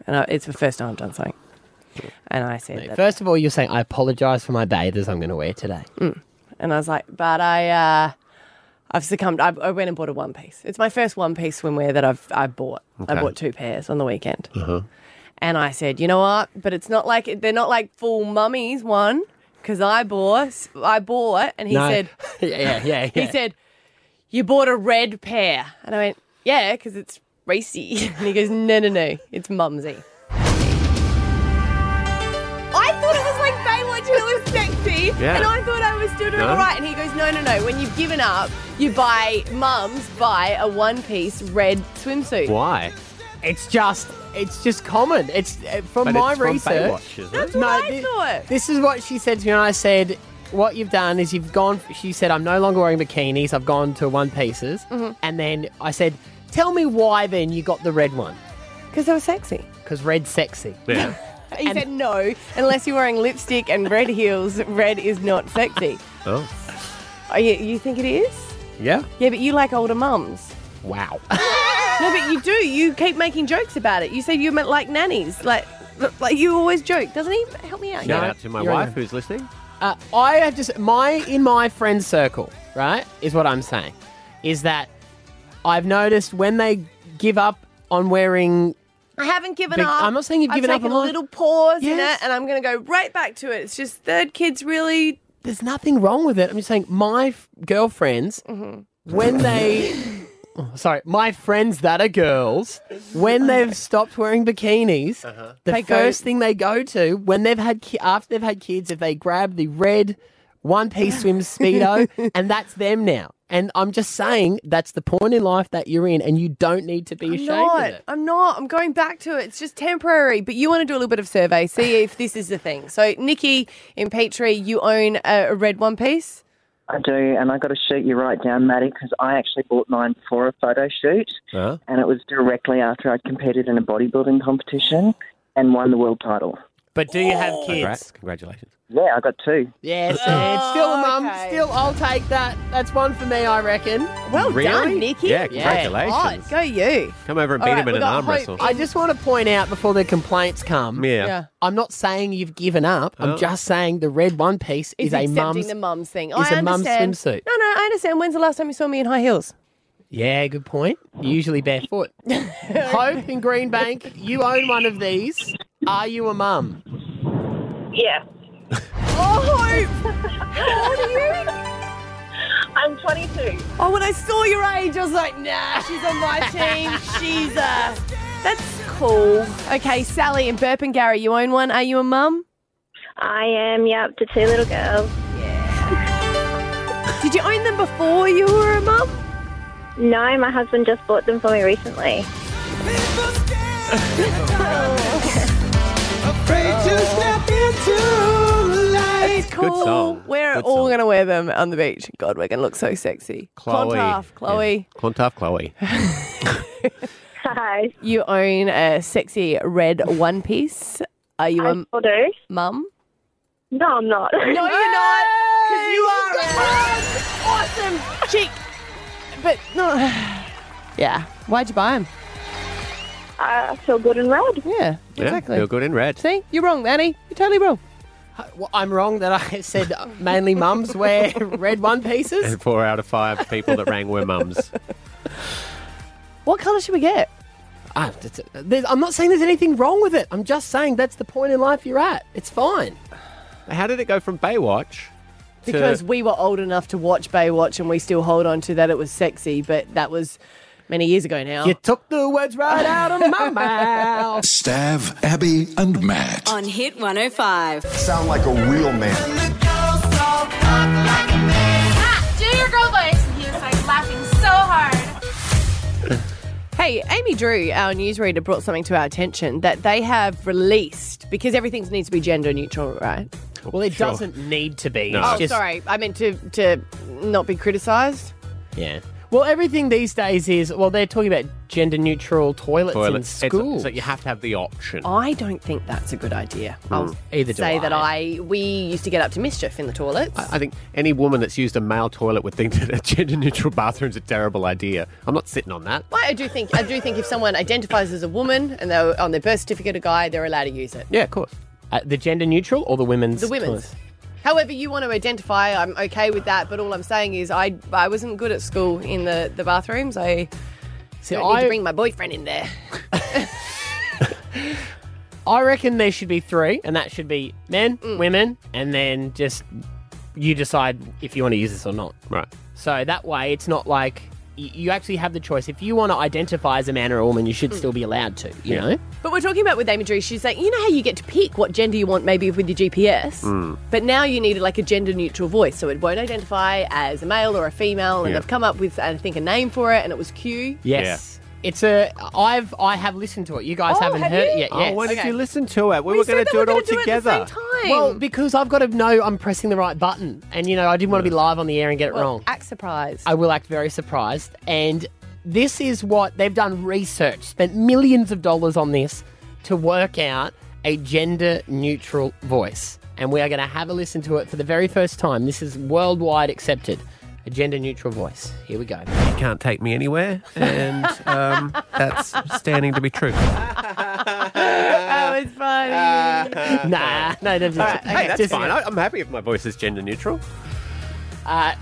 [SPEAKER 6] and I, it's the first time I've done something. And I said, that,
[SPEAKER 1] First of all, you're saying I apologise for my bathers I'm going to wear today.
[SPEAKER 6] and I was like, but I, uh, I've succumbed. I, I went and bought a one piece. It's my first one piece swimwear that I've I bought. I
[SPEAKER 1] Okay.
[SPEAKER 6] bought two pairs on the weekend.
[SPEAKER 1] Uh-huh.
[SPEAKER 6] And I said, you know what? But it's not like they're not like full mummies one because I bought I bought, and he
[SPEAKER 1] No.
[SPEAKER 6] said,
[SPEAKER 1] Yeah, yeah, yeah,
[SPEAKER 6] He
[SPEAKER 1] yeah.
[SPEAKER 6] said, you bought a red pair, and I went, yeah, because it's racy. And he goes, no, no, no, it's mumsy. I thought it was like Baywatch and it was sexy,
[SPEAKER 16] Yeah.
[SPEAKER 6] and I thought I was still doing
[SPEAKER 16] No.
[SPEAKER 6] all right. And he goes, no, no, no. When you've given up, you buy mums buy a one piece red swimsuit.
[SPEAKER 2] Why?
[SPEAKER 1] It's just, it's just common. It's uh, from
[SPEAKER 2] But
[SPEAKER 1] my
[SPEAKER 2] it's from
[SPEAKER 1] research.
[SPEAKER 2] Baywatch, isn't it?
[SPEAKER 1] That's
[SPEAKER 2] what
[SPEAKER 6] I thought.
[SPEAKER 1] This is what she said to me, and I said, "What you've done is you've gone." She said, "I'm no longer wearing bikinis. I've gone to one pieces."
[SPEAKER 6] Mhm.
[SPEAKER 1] And then I said, "Tell me why then you got the red one?
[SPEAKER 6] Because they were sexy."
[SPEAKER 1] Because red's sexy."
[SPEAKER 2] Yeah.
[SPEAKER 6] He said no, unless you're wearing lipstick and red heels, red is not sexy.
[SPEAKER 2] Oh.
[SPEAKER 6] Oh, you, you think it is?
[SPEAKER 2] Yeah.
[SPEAKER 6] Yeah, but you like older mums.
[SPEAKER 1] Wow.
[SPEAKER 6] No, but you do. You keep making jokes about it. You say you meant like nannies. Like, like you always joke. Doesn't he? Help me out.
[SPEAKER 2] Shout
[SPEAKER 1] No,
[SPEAKER 2] out to my
[SPEAKER 1] you're
[SPEAKER 2] wife
[SPEAKER 1] in.
[SPEAKER 2] who's listening.
[SPEAKER 1] Uh, I have just my in my friend circle, right? Is what I'm saying, is that I've noticed when they give up on wearing
[SPEAKER 6] I haven't given
[SPEAKER 1] Big-
[SPEAKER 6] up.
[SPEAKER 1] I'm not saying you've
[SPEAKER 6] I've
[SPEAKER 1] given up
[SPEAKER 6] taken
[SPEAKER 1] on
[SPEAKER 6] a
[SPEAKER 1] life.
[SPEAKER 6] little pause in
[SPEAKER 1] Yes.
[SPEAKER 6] it, and I'm going to go right back to it. It's just third kids really.
[SPEAKER 1] there's nothing wrong with it. I'm just saying my f- girlfriends when they oh, sorry, my friends that are girls when they've stopped wearing bikinis, the
[SPEAKER 6] They go-
[SPEAKER 1] first thing they go to when they've had ki- after they've had kids, if they grab the red one piece swim speedo, and that's them now. And I'm just saying that's the point in life that you're in, and you don't need to be
[SPEAKER 6] I'm
[SPEAKER 1] ashamed
[SPEAKER 6] not.
[SPEAKER 1] of it.
[SPEAKER 6] I'm not. I'm going back to it. It's just temporary. But you want to do a little bit of survey, see if this is the thing. So, Nikki in Petrie, you own a, a red one piece.
[SPEAKER 17] I do, and I got to shoot you right down, Maddie, because I actually bought mine for a photo shoot, and it was directly after I'd competed in a bodybuilding competition and won the world title.
[SPEAKER 1] But do you have
[SPEAKER 2] Congrats. Congratulations.
[SPEAKER 17] Yeah, I got two.
[SPEAKER 1] Yes,
[SPEAKER 6] Oh,
[SPEAKER 1] and still a mum. Still, I'll take that. That's one for me, I reckon.
[SPEAKER 6] Well
[SPEAKER 2] Really? done, Nikki. Yeah, congratulations.
[SPEAKER 1] hot.
[SPEAKER 6] Go you.
[SPEAKER 2] Come over and beat him in an arm wrestle.
[SPEAKER 1] I just want to point out before the complaints come.
[SPEAKER 2] Yeah. Yeah.
[SPEAKER 1] I'm not saying you've given up.
[SPEAKER 2] Oh.
[SPEAKER 1] I'm just saying the red one piece
[SPEAKER 6] Is
[SPEAKER 1] is a
[SPEAKER 6] accepting
[SPEAKER 1] mum's.
[SPEAKER 6] the mum's thing.
[SPEAKER 1] is
[SPEAKER 6] I
[SPEAKER 1] a mum's
[SPEAKER 6] understand.
[SPEAKER 1] swimsuit.
[SPEAKER 6] No, no, I understand. When's the last time you saw me in high heels?
[SPEAKER 1] yeah, good point. Usually barefoot. Hope in Greenbank, you own one of these. Are you a mum?
[SPEAKER 15] Yeah.
[SPEAKER 6] Oh, Hope! How old are you?
[SPEAKER 15] I'm 22.
[SPEAKER 6] Oh, when I saw your age, I was like, nah, she's on my team. She's a. That's cool. Okay, Sally in Burp and Gary, you own one. Are you a mum?
[SPEAKER 16] I am, yep, to two little girls.
[SPEAKER 6] Did you own them before you were a mum?
[SPEAKER 16] No, my husband just bought them for me recently.
[SPEAKER 1] Oh.
[SPEAKER 6] Afraid to step into the light. It's cool.
[SPEAKER 2] Good song.
[SPEAKER 6] We're
[SPEAKER 2] Good
[SPEAKER 6] all
[SPEAKER 2] song.
[SPEAKER 6] going to wear them on the beach. God, we're going to look so sexy.
[SPEAKER 2] Chloe.
[SPEAKER 6] Clontarf, Chloe.
[SPEAKER 2] Yeah. Clontarf, Chloe.
[SPEAKER 6] Hi. You own a sexy red one piece. Are you a do. mum? No, I'm not. No, you're not. Because you are a awesome chick. But no. Yeah. Why'd you buy them? I feel good in red. Yeah, exactly.
[SPEAKER 2] Yeah, feel good in red.
[SPEAKER 6] See, you're wrong, Annie. You're totally wrong.
[SPEAKER 1] Well, I'm wrong that I said uh, mainly mums wear red one pieces.
[SPEAKER 2] And four out of five people that rang were mums.
[SPEAKER 6] What colour should we get?
[SPEAKER 1] Ah, that's- there's- I'm not saying there's anything wrong with it. I'm just saying that's the point in life you're at. It's fine.
[SPEAKER 2] How did it go from Baywatch? to-
[SPEAKER 6] Because we were old enough to watch Baywatch and we still hold on to that it was sexy, but that was many years ago now.
[SPEAKER 1] You took the words right out of my
[SPEAKER 13] Uh,
[SPEAKER 1] mouth.
[SPEAKER 4] Stav, Abby, and Matt.
[SPEAKER 5] On Hit 105.
[SPEAKER 4] Sound like a real man.
[SPEAKER 18] Do your girl voice. And he was like laughing so hard.
[SPEAKER 6] Hey, Amy Drew, our newsreader, brought something to our attention that they have released because everything needs to be gender neutral, right?
[SPEAKER 1] Well, it doesn't need to be.
[SPEAKER 6] Oh,
[SPEAKER 1] It's just-
[SPEAKER 6] sorry. I meant to to not be criticised.
[SPEAKER 1] Yeah. Well, everything these days is well. They're talking about gender neutral toilets,
[SPEAKER 2] Toilets. It's-
[SPEAKER 1] in school.
[SPEAKER 2] So you have to have the option. Hmm.
[SPEAKER 6] I don't think that's a good idea.
[SPEAKER 1] Mm.
[SPEAKER 6] I'll
[SPEAKER 2] Either do
[SPEAKER 6] say
[SPEAKER 2] I.
[SPEAKER 6] that I we used to get up to mischief in the toilets.
[SPEAKER 2] I think any woman that's used a male toilet would think that a gender neutral bathroom's a terrible idea. I'm not sitting on that.
[SPEAKER 6] Well, I do think I do think if someone identifies as a woman and they're on their birth certificate a guy, they're allowed to use it.
[SPEAKER 1] Yeah, of course. Uh, the gender neutral or the women's?
[SPEAKER 6] The women's.
[SPEAKER 1] toilets?
[SPEAKER 6] However, you want to identify, I'm okay with that. But all I'm saying is, I I wasn't good at school in the the bathrooms. I
[SPEAKER 1] See,
[SPEAKER 6] don't need to
[SPEAKER 1] I-
[SPEAKER 6] bring my boyfriend in there.
[SPEAKER 1] I reckon there should be three, and that should be men, women, and then just you decide if you want to use this or not.
[SPEAKER 2] Right.
[SPEAKER 1] So that way, it's not like y- you actually have the choice. If you want to identify as a man or a woman, you should still be allowed to. You know.
[SPEAKER 6] But we're talking about with Amy Drew. She's like, you know how you get to pick what gender you want, maybe with your GPS.
[SPEAKER 1] Mm.
[SPEAKER 6] But now you need like a gender neutral voice, so it won't identify as a male or a female. And
[SPEAKER 1] Yeah.
[SPEAKER 6] they've come up with, I think, a name for it, and it was Q.
[SPEAKER 1] Yes. It's a. I've. I have listened to it. You guys
[SPEAKER 6] Oh,
[SPEAKER 1] haven't
[SPEAKER 6] have
[SPEAKER 1] heard it
[SPEAKER 6] you?
[SPEAKER 1] yet.
[SPEAKER 6] Oh,
[SPEAKER 1] yes.
[SPEAKER 6] why did Okay. you
[SPEAKER 2] listen to it?
[SPEAKER 6] We were said gonna that do we're it all gonna do it at the same together. time.
[SPEAKER 1] Well, because I've got to know I'm pressing the right button, and you know I didn't want to be live on the air and get it
[SPEAKER 6] Well,
[SPEAKER 1] wrong.
[SPEAKER 6] Act surprised.
[SPEAKER 1] I will act very surprised. And this is what they've done research, spent millions of dollars on this to work out a gender neutral voice. And we are going to have a listen to it for the very first time. This is worldwide accepted. A gender neutral voice. Here we go.
[SPEAKER 2] You can't take me anywhere, and um, that's standing to be true.
[SPEAKER 6] that was funny.
[SPEAKER 1] nah, no, that's
[SPEAKER 2] All right,
[SPEAKER 1] not.
[SPEAKER 2] Hey, that's fine. I, I'm happy if my voice is gender neutral.
[SPEAKER 1] Uh,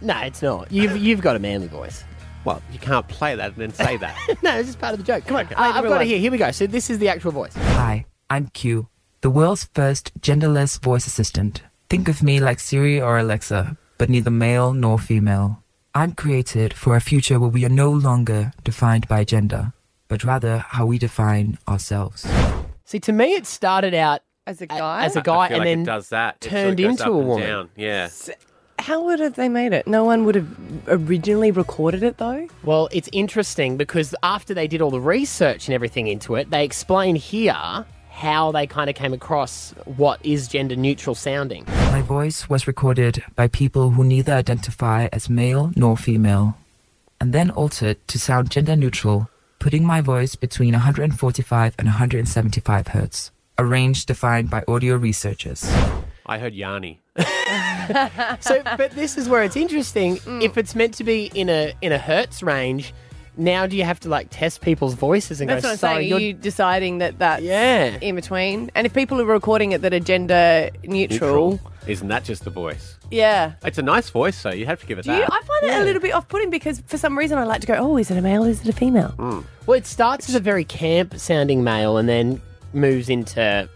[SPEAKER 1] no, it's not. You've you've got a manly voice.
[SPEAKER 2] Well, you can't play that and then say that.
[SPEAKER 1] no, it's just part of the joke. Come on, uh,
[SPEAKER 2] the
[SPEAKER 1] I've
[SPEAKER 2] real
[SPEAKER 1] got
[SPEAKER 2] one.
[SPEAKER 1] it here. Here we go. So this is the actual voice.
[SPEAKER 19] Hi, I'm Q, the world's first genderless voice assistant. Think of me like Siri or Alexa, but neither male nor female. I'm created for a future where we are no longer defined by gender, but rather how we define ourselves.
[SPEAKER 1] See, to me, it started out
[SPEAKER 6] as a guy,
[SPEAKER 1] as a guy,
[SPEAKER 2] I feel
[SPEAKER 1] and
[SPEAKER 2] like
[SPEAKER 1] then
[SPEAKER 2] it does that. It
[SPEAKER 1] turned
[SPEAKER 2] sort of goes
[SPEAKER 1] into
[SPEAKER 2] up
[SPEAKER 1] a
[SPEAKER 2] and
[SPEAKER 1] woman.
[SPEAKER 2] down. Yeah.
[SPEAKER 6] How would have they made it? No one would have originally recorded it though.
[SPEAKER 1] Well, it's interesting because after they did all the research and everything into it, they explain here how they kind of came across what is gender neutral sounding.
[SPEAKER 19] My voice was recorded by people who neither identify as male nor female, and then altered to sound gender neutral, putting my voice between 145 and 175 hertz, a range defined by audio researchers.
[SPEAKER 2] I heard Yanni.
[SPEAKER 1] so, but this is where it's interesting.
[SPEAKER 2] Mm.
[SPEAKER 1] If it's meant to be in a in a hertz range, now do you have to like test people's voices and
[SPEAKER 6] That's
[SPEAKER 1] go?
[SPEAKER 6] what I'm
[SPEAKER 1] Sorry,
[SPEAKER 6] saying. Are
[SPEAKER 1] you're
[SPEAKER 6] you deciding that that's
[SPEAKER 1] Yeah.
[SPEAKER 6] in between? And if people are recording it that are gender neutral,
[SPEAKER 2] Isn't that just the voice?
[SPEAKER 6] yeah.
[SPEAKER 2] It's a nice voice, so you have to give it
[SPEAKER 6] Do
[SPEAKER 2] that.
[SPEAKER 6] you? I find it a little bit off-putting because for some reason I like to go, oh, is it a male? Is it a female?
[SPEAKER 1] Mm. Well, it starts as a very camp sounding male and then moves into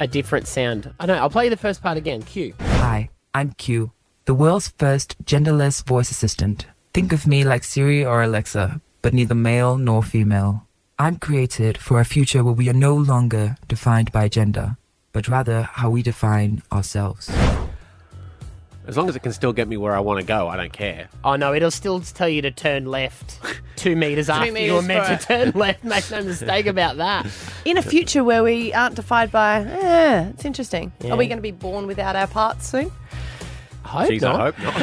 [SPEAKER 1] a different sound. I don't know. I'll play you the first part again. Cue.
[SPEAKER 19] Hi, I'm Q, the world's first genderless voice assistant. Think of me like Siri or Alexa, but neither male nor female. I'm created for a future where we are no longer defined by gender, but rather how we define ourselves.
[SPEAKER 2] As long as it can still get me where I want to go, I don't care.
[SPEAKER 1] Oh no, it'll still tell you to turn left, two meters after you were
[SPEAKER 6] metres
[SPEAKER 1] meant
[SPEAKER 6] for
[SPEAKER 1] to
[SPEAKER 6] it.
[SPEAKER 1] turn left. Make no mistake about that.
[SPEAKER 6] In a future where we aren't defied by, eh, it's interesting.
[SPEAKER 1] Yeah.
[SPEAKER 6] Are we going to be born without our parts soon?
[SPEAKER 1] Hope
[SPEAKER 2] Jeez,
[SPEAKER 1] not.
[SPEAKER 2] I hope not.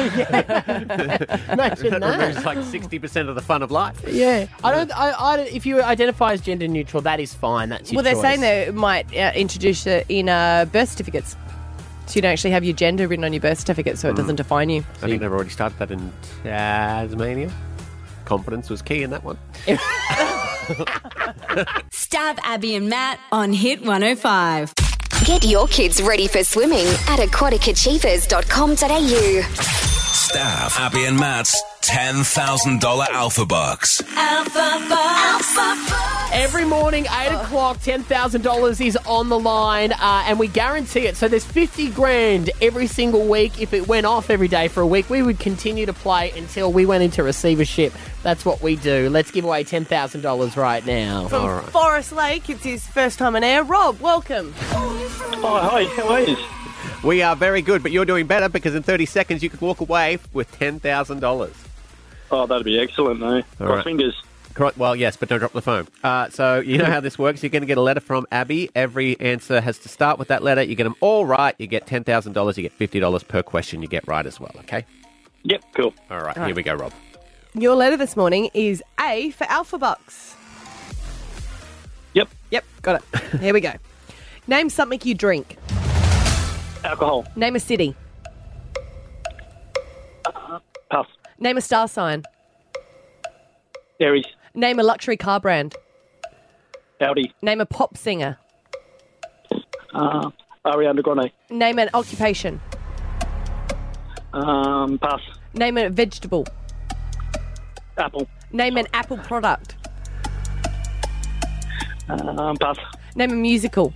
[SPEAKER 1] Imagine
[SPEAKER 2] that,
[SPEAKER 1] that.
[SPEAKER 2] removes like sixty percent of the fun of life.
[SPEAKER 1] Yeah, I don't. I, I don't- if you identify as gender neutral, that is fine. That's your
[SPEAKER 6] well, they're
[SPEAKER 1] choice.
[SPEAKER 6] saying they might uh, introduce it in uh, birth certificates. So you don't actually have your gender written on your birth certificate, so it doesn't define you.
[SPEAKER 2] Mm. I think they've already started that in Tasmania. Confidence was key in that one.
[SPEAKER 5] Stab Abby and Matt on Hit 105. Get your kids ready for swimming at aquaticachievers.com.au.
[SPEAKER 20] Staff, Abby and Matt's $10,000 Alpha Bucks.
[SPEAKER 5] Alpha Bucks.
[SPEAKER 1] Every morning, 8
[SPEAKER 6] Oh.
[SPEAKER 1] o'clock, $10,000 is on the line, uh, and we guarantee it. So there's 50 grand every single week. If it went off every day for a week, we would continue to play until we went into receivership. That's what we do. Let's give away $10,000 right now.
[SPEAKER 6] From Forest Lake, it's his first time on air. Rob, welcome.
[SPEAKER 2] Oh, hi, how are you? We are very good, but you're doing better because in 30 seconds you could walk away with $10,000.
[SPEAKER 21] Oh, that'd be excellent, though. Cross
[SPEAKER 2] right.
[SPEAKER 21] fingers.
[SPEAKER 2] Correct. Well, yes, but don't drop the phone. Uh, so you know how this works. You're going to get a letter from Abby. Every answer has to start with that letter. You get them all right. You get ten thousand dollars. You get fifty dollars per question you get right as well. Okay. Yep. Cool. All right.
[SPEAKER 6] All right.
[SPEAKER 2] Here we go, Rob.
[SPEAKER 6] Your letter this morning is A for Alpha Bucks.
[SPEAKER 21] Yep.
[SPEAKER 6] Yep, got it. Here we go. Name something you drink.
[SPEAKER 21] Alcohol.
[SPEAKER 6] Name a city.
[SPEAKER 21] Pass.
[SPEAKER 6] Name a star sign.
[SPEAKER 21] Aries.
[SPEAKER 6] Name a luxury car brand.
[SPEAKER 21] Audi.
[SPEAKER 6] Name a pop singer.
[SPEAKER 21] Uh, Ariana Grande.
[SPEAKER 6] Name an occupation.
[SPEAKER 21] Um, pass.
[SPEAKER 6] Name a vegetable.
[SPEAKER 21] Apple.
[SPEAKER 6] Name an Apple product.
[SPEAKER 21] Um, pass.
[SPEAKER 6] Name a musical.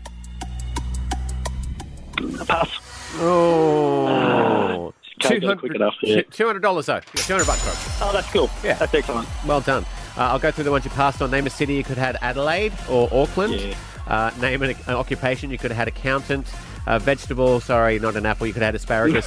[SPEAKER 21] Pass. Ah,
[SPEAKER 2] Oh.
[SPEAKER 21] Can't get it quick enough, yeah.
[SPEAKER 2] Two hundred dollars though. Two hundred bucks. Rob.
[SPEAKER 21] Oh, that's cool.
[SPEAKER 2] Yeah,
[SPEAKER 21] that's excellent.
[SPEAKER 2] Well done. Uh, I'll go through the ones you passed on. Name a city you could have had Adelaide or Auckland. Uh, name an, an occupation you could have had accountant. A vegetable, sorry, not an apple. You could have had asparagus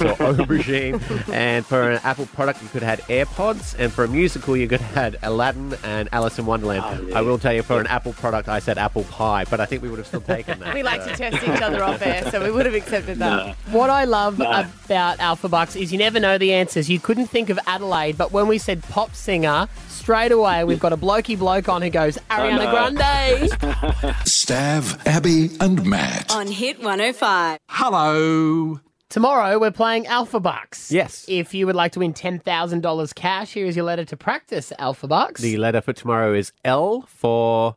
[SPEAKER 2] or aubergine. And for an apple product, you could have had AirPods. And for a musical, you could have had Aladdin and Alice in Wonderland.
[SPEAKER 21] Oh,
[SPEAKER 2] I will tell you, for an apple product, I said apple pie, but I think we would have still taken that.
[SPEAKER 6] We like to
[SPEAKER 2] so.
[SPEAKER 6] test each other off air, so we would have accepted that.
[SPEAKER 1] What I love about Alpha Bucks is you never know the answers. You couldn't think of Adelaide, but when we said pop singer, straight away we've got a blokey bloke on who goes Ariana Grande.
[SPEAKER 4] Stav, Abby, and Matt.
[SPEAKER 5] On Hit 105.
[SPEAKER 1] Hello. Tomorrow we're playing Alpha Bucks.
[SPEAKER 2] Yes.
[SPEAKER 1] If you would like to win ten thousand dollars cash, here is your letter to practice Alpha Bucks.
[SPEAKER 2] The letter for tomorrow is L for.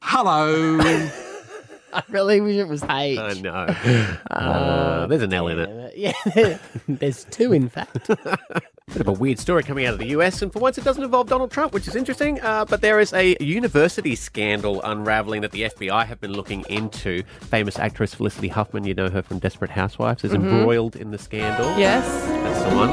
[SPEAKER 2] Hello.
[SPEAKER 1] I really wish it was H.
[SPEAKER 2] I know. Uh, there's an L in it.
[SPEAKER 1] Yeah, there's two in fact.
[SPEAKER 2] Bit of a weird story coming out of the US, and for once it doesn't involve Donald Trump, which is interesting. Uh, but there is a university scandal unraveling that the FBI have been looking into. Famous actress Felicity Huffman, you know her from Desperate Housewives, is
[SPEAKER 6] Mhm.
[SPEAKER 2] embroiled in the scandal.
[SPEAKER 6] Yes.
[SPEAKER 2] That's the one.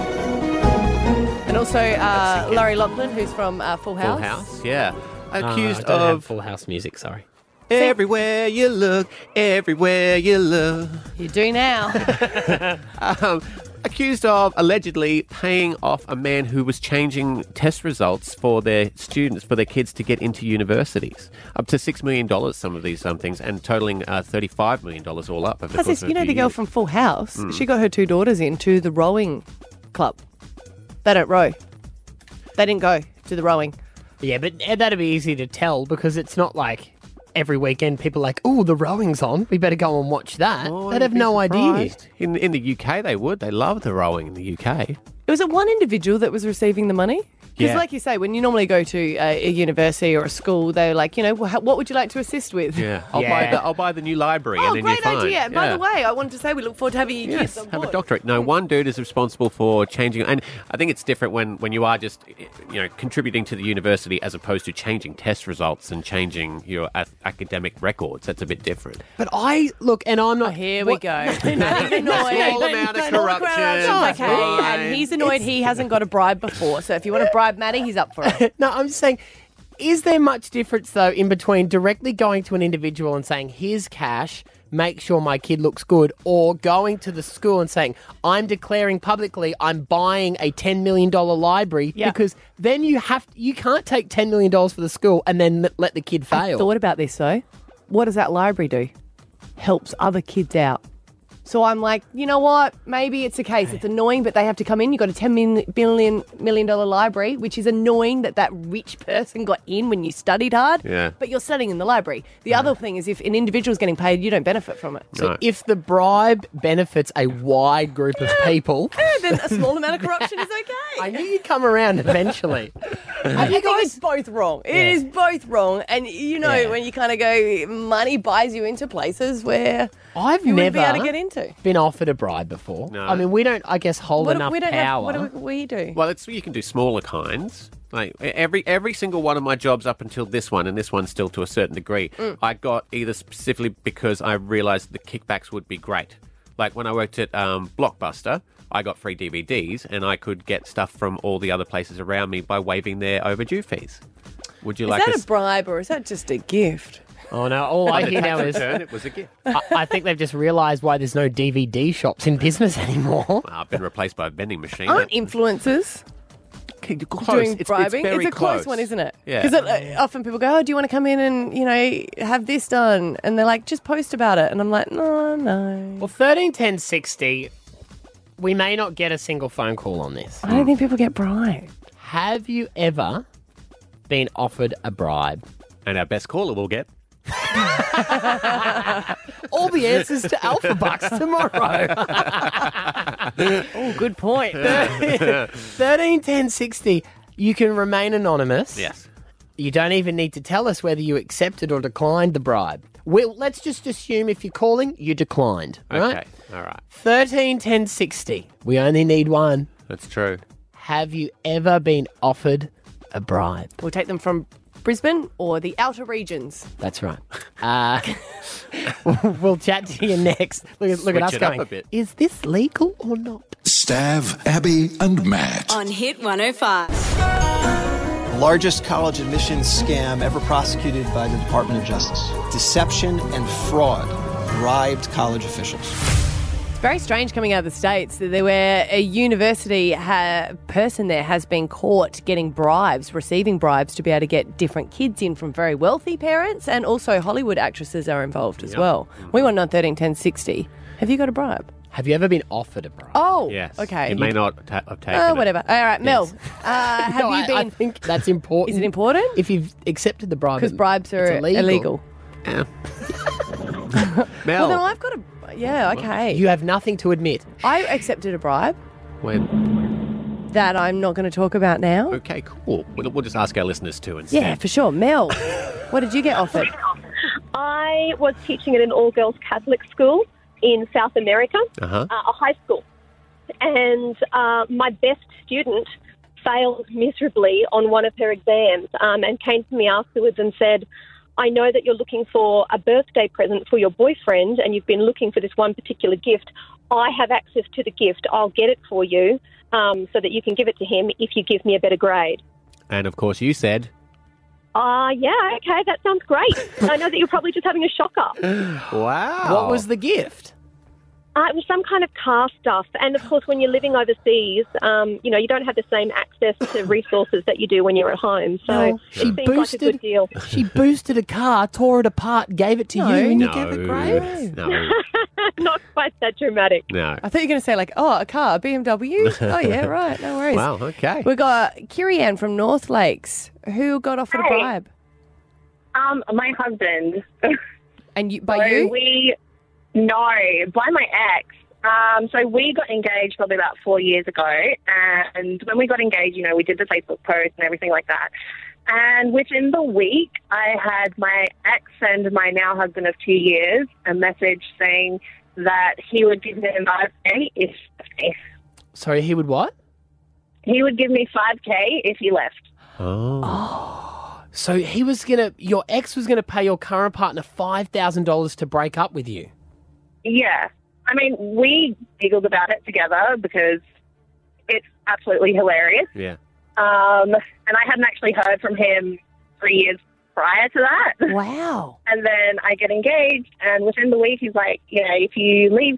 [SPEAKER 6] And also uh, Laurie Lachlan, who's from uh, Full House.
[SPEAKER 2] Full House, Uh, yeah. Accused
[SPEAKER 1] don't have
[SPEAKER 2] of
[SPEAKER 1] Full House music. Sorry.
[SPEAKER 2] Everywhere you look, everywhere you look.
[SPEAKER 6] You do now.
[SPEAKER 2] um, accused of allegedly paying off a man who was changing test results for their students, for their kids to get into universities. Up to $6 million, some of these um, things, and totaling uh, $35 million all up.
[SPEAKER 6] Plus,
[SPEAKER 2] Over the course
[SPEAKER 6] this,
[SPEAKER 2] of
[SPEAKER 6] you
[SPEAKER 2] a
[SPEAKER 6] know the
[SPEAKER 2] few
[SPEAKER 6] girl
[SPEAKER 2] years.
[SPEAKER 6] from Full House?
[SPEAKER 2] Mm.
[SPEAKER 6] She got her two daughters into the rowing club. They don't row. They didn't go to the rowing.
[SPEAKER 1] Yeah, but eh, that'd be easy to tell because it's not like every weekend people are like, oh, the rowing's on. We better go and watch that.
[SPEAKER 6] Oh,
[SPEAKER 1] They'd have no idea.
[SPEAKER 2] In, in the UK, they would. They love the rowing in the UK.
[SPEAKER 6] It was it one individual that was receiving the money? Because,
[SPEAKER 2] Yeah.
[SPEAKER 6] like you say, when you normally go to a, a university or a school, they're like, you know, "Wh- what would you like to assist with?
[SPEAKER 2] Yeah. I'll, Buy,
[SPEAKER 1] Yeah.
[SPEAKER 2] the, I'll buy the new library and then
[SPEAKER 6] Oh, Great
[SPEAKER 2] you're fine.
[SPEAKER 6] idea. And by
[SPEAKER 2] Yeah.
[SPEAKER 6] the way, I wanted to say we look forward to having your
[SPEAKER 2] Yes,
[SPEAKER 6] kids on
[SPEAKER 2] have
[SPEAKER 6] board.
[SPEAKER 2] a doctorate. No, one dude is responsible for changing, and I think it's different when, when you are just you know contributing to the university as opposed to changing test results and changing your a- academic records. That's a bit different.
[SPEAKER 1] But I look, and I'm not. here
[SPEAKER 6] Ah, we go. Maddie's annoyed.
[SPEAKER 2] Small amount of
[SPEAKER 6] Small
[SPEAKER 2] corruption.
[SPEAKER 6] corruption's Okay,
[SPEAKER 2] Fine.
[SPEAKER 6] and um, he's annoyed he hasn't got a bribe before. So if you want to bribe Maddie, he's up for it.
[SPEAKER 1] no, I'm just saying, is there much difference though in between directly going to an individual and saying, "Here's cash," make sure my kid looks good, or going to the school and saying, I'm declaring publicly I'm buying a $10 million library
[SPEAKER 6] Yeah.
[SPEAKER 1] because then you have you can't take $10 million for the school and then let the kid fail.
[SPEAKER 6] Thought about this though. What does that library do? Helps other kids out. So I'm like, you know what? Maybe it's a case. It's annoying, but they have to come in. You got a ten million billion million dollar library, which is annoying that that rich person got in when you studied hard.
[SPEAKER 1] Yeah.
[SPEAKER 6] But you're studying in the library. The other thing is, if an individual's getting paid, you don't benefit from it.
[SPEAKER 1] So if the bribe benefits a wide group of people,
[SPEAKER 6] then a small amount of corruption is okay.
[SPEAKER 1] I knew you'd come around eventually.
[SPEAKER 6] I think it's both wrong. It
[SPEAKER 1] Yeah.
[SPEAKER 6] is both wrong, and you know
[SPEAKER 1] Yeah.
[SPEAKER 6] when you kind of go, money buys you into places where
[SPEAKER 1] I've
[SPEAKER 6] you wouldn't be able
[SPEAKER 1] never-
[SPEAKER 6] to get into.
[SPEAKER 1] Been offered a bribe before.
[SPEAKER 2] No.
[SPEAKER 1] I mean, we don't, I guess, hold
[SPEAKER 6] What do-
[SPEAKER 1] enough
[SPEAKER 6] we don't have-
[SPEAKER 1] power.
[SPEAKER 6] what do we, we do?
[SPEAKER 2] Well, it's you can do smaller kinds. Like e- every every single one of my jobs up until this one, and this one still to a certain degree,
[SPEAKER 6] Mm.
[SPEAKER 2] I got either specifically because I realised the kickbacks would be great. Like when I worked at um, Blockbuster, I got free DVDs, and I could get stuff from all the other places around me by waiving their overdue fees. Would you
[SPEAKER 6] Is
[SPEAKER 2] like?
[SPEAKER 6] that
[SPEAKER 2] a
[SPEAKER 6] a
[SPEAKER 2] s-
[SPEAKER 6] bribe or is that just a gift?
[SPEAKER 1] Oh no! All I
[SPEAKER 2] On the
[SPEAKER 1] hear now
[SPEAKER 2] tax
[SPEAKER 1] is
[SPEAKER 2] return, it was a gift.
[SPEAKER 1] I, I think they've just realised why there's no DVD shops in business anymore.
[SPEAKER 2] I've been replaced by a vending machine.
[SPEAKER 6] Aren't influencers doing
[SPEAKER 2] It's- it's
[SPEAKER 6] bribing?
[SPEAKER 2] very
[SPEAKER 6] a close,
[SPEAKER 2] close.
[SPEAKER 6] one, isn't it?
[SPEAKER 2] Yeah.
[SPEAKER 6] Because often people go, "Oh, do you want to come in and you know have this done?" And they're like, "Just post about it," and I'm like, "No, no."
[SPEAKER 1] Well, thirteen ten sixty. We may not get a single phone call on this.
[SPEAKER 6] I don't think people get bribed.
[SPEAKER 1] Have you ever been offered a bribe?
[SPEAKER 2] And our best caller will get.
[SPEAKER 1] All the answers to Alpha Bucks tomorrow.
[SPEAKER 6] oh, good point.
[SPEAKER 1] 13 10 60 you can remain anonymous
[SPEAKER 2] yes
[SPEAKER 1] you don't even need to tell us whether you accepted or declined the bribe well let's just assume if you're calling you declined
[SPEAKER 2] Okay.
[SPEAKER 1] right
[SPEAKER 2] All right.
[SPEAKER 1] 13 10 60 we only need one
[SPEAKER 2] That's true.
[SPEAKER 1] have you ever been offered a bribe
[SPEAKER 6] We'll take them from Brisbane or the outer regions.
[SPEAKER 1] that's right uh, we'll chat to you next look at, look at us
[SPEAKER 4] Switch it up
[SPEAKER 1] going
[SPEAKER 4] a bit.
[SPEAKER 1] is this legal or not
[SPEAKER 4] Stav, Abby, and Matt.
[SPEAKER 5] On Hit 105.
[SPEAKER 3] Largest college admissions scam ever prosecuted by the Department of Justice. Deception and fraud bribed college officials.
[SPEAKER 6] It's very strange coming out of the States that there where a university ha- person there has been caught getting bribes, receiving bribes to be able to get different kids in from very wealthy parents and also Hollywood actresses are involved as well. We want to know 13, 10, 60. Have you got a bribe?
[SPEAKER 1] Mm-hmm. have you ever been offered a bribe
[SPEAKER 6] Oh,
[SPEAKER 2] Yes.
[SPEAKER 6] okay.
[SPEAKER 2] You may not ta- have taken.
[SPEAKER 1] Um,
[SPEAKER 6] Oh,
[SPEAKER 2] it.
[SPEAKER 6] whatever. All right, Mel. Uh, have
[SPEAKER 1] No,
[SPEAKER 6] you
[SPEAKER 1] I- I
[SPEAKER 6] been?
[SPEAKER 1] think that's important. Is it
[SPEAKER 6] important?
[SPEAKER 1] If you've accepted the bribe,
[SPEAKER 6] 'Cause bribes are
[SPEAKER 1] it's
[SPEAKER 6] illegal.
[SPEAKER 2] Yeah.
[SPEAKER 6] Well, then I've got a. Yeah, okay.
[SPEAKER 1] You have nothing to admit.
[SPEAKER 6] I accepted a bribe
[SPEAKER 2] When-
[SPEAKER 6] that I'm not going to talk about now.
[SPEAKER 2] Okay, cool. We'll, we'll just ask our listeners too instead.
[SPEAKER 6] Yeah, for sure. Mel, what did you get offered?
[SPEAKER 16] I was teaching at an all girls Catholic school in South America,
[SPEAKER 2] Uh-huh.
[SPEAKER 16] uh, a high school. And uh, my best student failed miserably on one of her exams um, and came to me afterwards and said, I know that you're looking for a birthday present for your boyfriend and you've been looking for this one particular gift. I have access to the gift. I'll get it for you um, so that you can give it to him if you give me a better grade.
[SPEAKER 2] And of course, you said,
[SPEAKER 16] Ah, yeah, okay, that sounds great. I know that you're probably just having a shocker.
[SPEAKER 2] wow.
[SPEAKER 1] What was the gift?
[SPEAKER 16] Uh, it was some kind of car stuff. And of course, when you're living overseas, um, you know, you don't have the same access to resources that you do when you're at home. So
[SPEAKER 1] No, she
[SPEAKER 16] it seems like a
[SPEAKER 1] boosted-
[SPEAKER 16] good deal.
[SPEAKER 1] She boosted a car, tore it apart, gave it to
[SPEAKER 6] No.
[SPEAKER 1] you, and
[SPEAKER 2] No.
[SPEAKER 1] you gave it grade.
[SPEAKER 2] No.
[SPEAKER 16] Not quite that dramatic.
[SPEAKER 2] No.
[SPEAKER 6] I thought you were going to say, like, oh, a car, a BMW. oh, yeah, right. No worries.
[SPEAKER 2] Wow, okay.
[SPEAKER 6] We got Kirianne from North Lakes who got offered a
[SPEAKER 22] Hey.
[SPEAKER 6] bribe.
[SPEAKER 22] Um, my husband.
[SPEAKER 6] And you, by
[SPEAKER 22] so
[SPEAKER 6] you?
[SPEAKER 22] We no, by my ex. Um, so we got engaged probably about four years ago, and when we got engaged, you know, we did the Facebook post and everything like that. And within the week, I had my ex and my now husband of two years a message saying that he would give me a five k if
[SPEAKER 1] Sorry, he would what?
[SPEAKER 22] he would give me five k if he left.
[SPEAKER 2] Oh.
[SPEAKER 1] So he was gonna, your ex was gonna pay your current partner five thousand dollars to break up with you.
[SPEAKER 22] Yeah. I mean, we giggled about it together because it's absolutely hilarious.
[SPEAKER 2] Yeah.
[SPEAKER 22] Um, and I hadn't actually heard from him three years prior to that.
[SPEAKER 6] Wow.
[SPEAKER 22] And then I get engaged, and within the week, he's like, you know, if you leave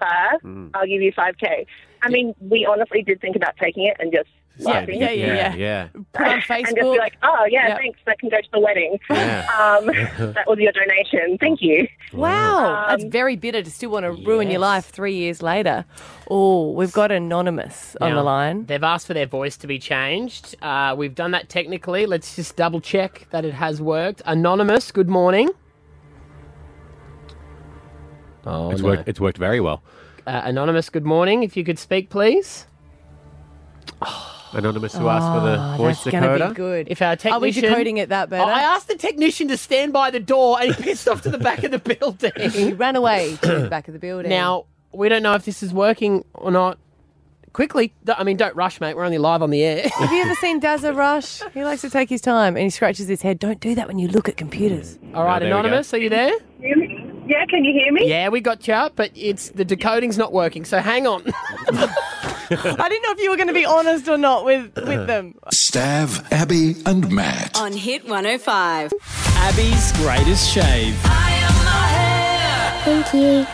[SPEAKER 22] her,
[SPEAKER 2] Mm.
[SPEAKER 22] I'll give you 5K. I mean, we honestly did think about taking it and just laughing.
[SPEAKER 2] yeah, yeah, yeah.
[SPEAKER 22] Put on Facebook. and just be like, oh, yeah, thanks, that can go to the wedding.
[SPEAKER 2] Yeah.
[SPEAKER 22] Um, that was your donation. Thank you.
[SPEAKER 6] Wow, that's
[SPEAKER 22] Um,
[SPEAKER 6] very bitter to still want to ruin your life three years later. Oh, we've got anonymous on the
[SPEAKER 1] Now,
[SPEAKER 6] line.
[SPEAKER 1] They've asked for their voice to be changed. Uh, we've done that technically. Let's just double check that it has worked. Anonymous, good morning. Oh,
[SPEAKER 2] it's
[SPEAKER 1] no.
[SPEAKER 2] worked. It's worked very well.
[SPEAKER 1] Uh, anonymous, good morning. If you could speak, please.
[SPEAKER 2] Anonymous who asked for the
[SPEAKER 1] Ah,
[SPEAKER 2] voice decoder.
[SPEAKER 6] good.
[SPEAKER 1] If our technician,
[SPEAKER 6] Are we decoding it that better?
[SPEAKER 1] Oh, I asked the technician to stand by the door, and he pissed off to the back of the building.
[SPEAKER 6] he ran away to the back of the building.
[SPEAKER 1] Now we don't know if this is working or not. Quickly, d- I mean, don't rush, mate. We're only live on the air.
[SPEAKER 6] have you ever seen Dazza Rush? He likes to take his time and he scratches his head. Don't do that when you look at computers.
[SPEAKER 1] All right,
[SPEAKER 6] there we go.
[SPEAKER 1] anonymous, are you there?
[SPEAKER 22] Yeah, can you hear me?
[SPEAKER 1] Yeah, we got you, but it's the decoding's not working. So hang on.
[SPEAKER 6] I didn't know if you were going to be honest or not with
[SPEAKER 4] with
[SPEAKER 6] them.
[SPEAKER 4] Stav, Abby, and Matt.
[SPEAKER 5] On Hit 105.
[SPEAKER 13] Abby's greatest shave.
[SPEAKER 1] Thank you.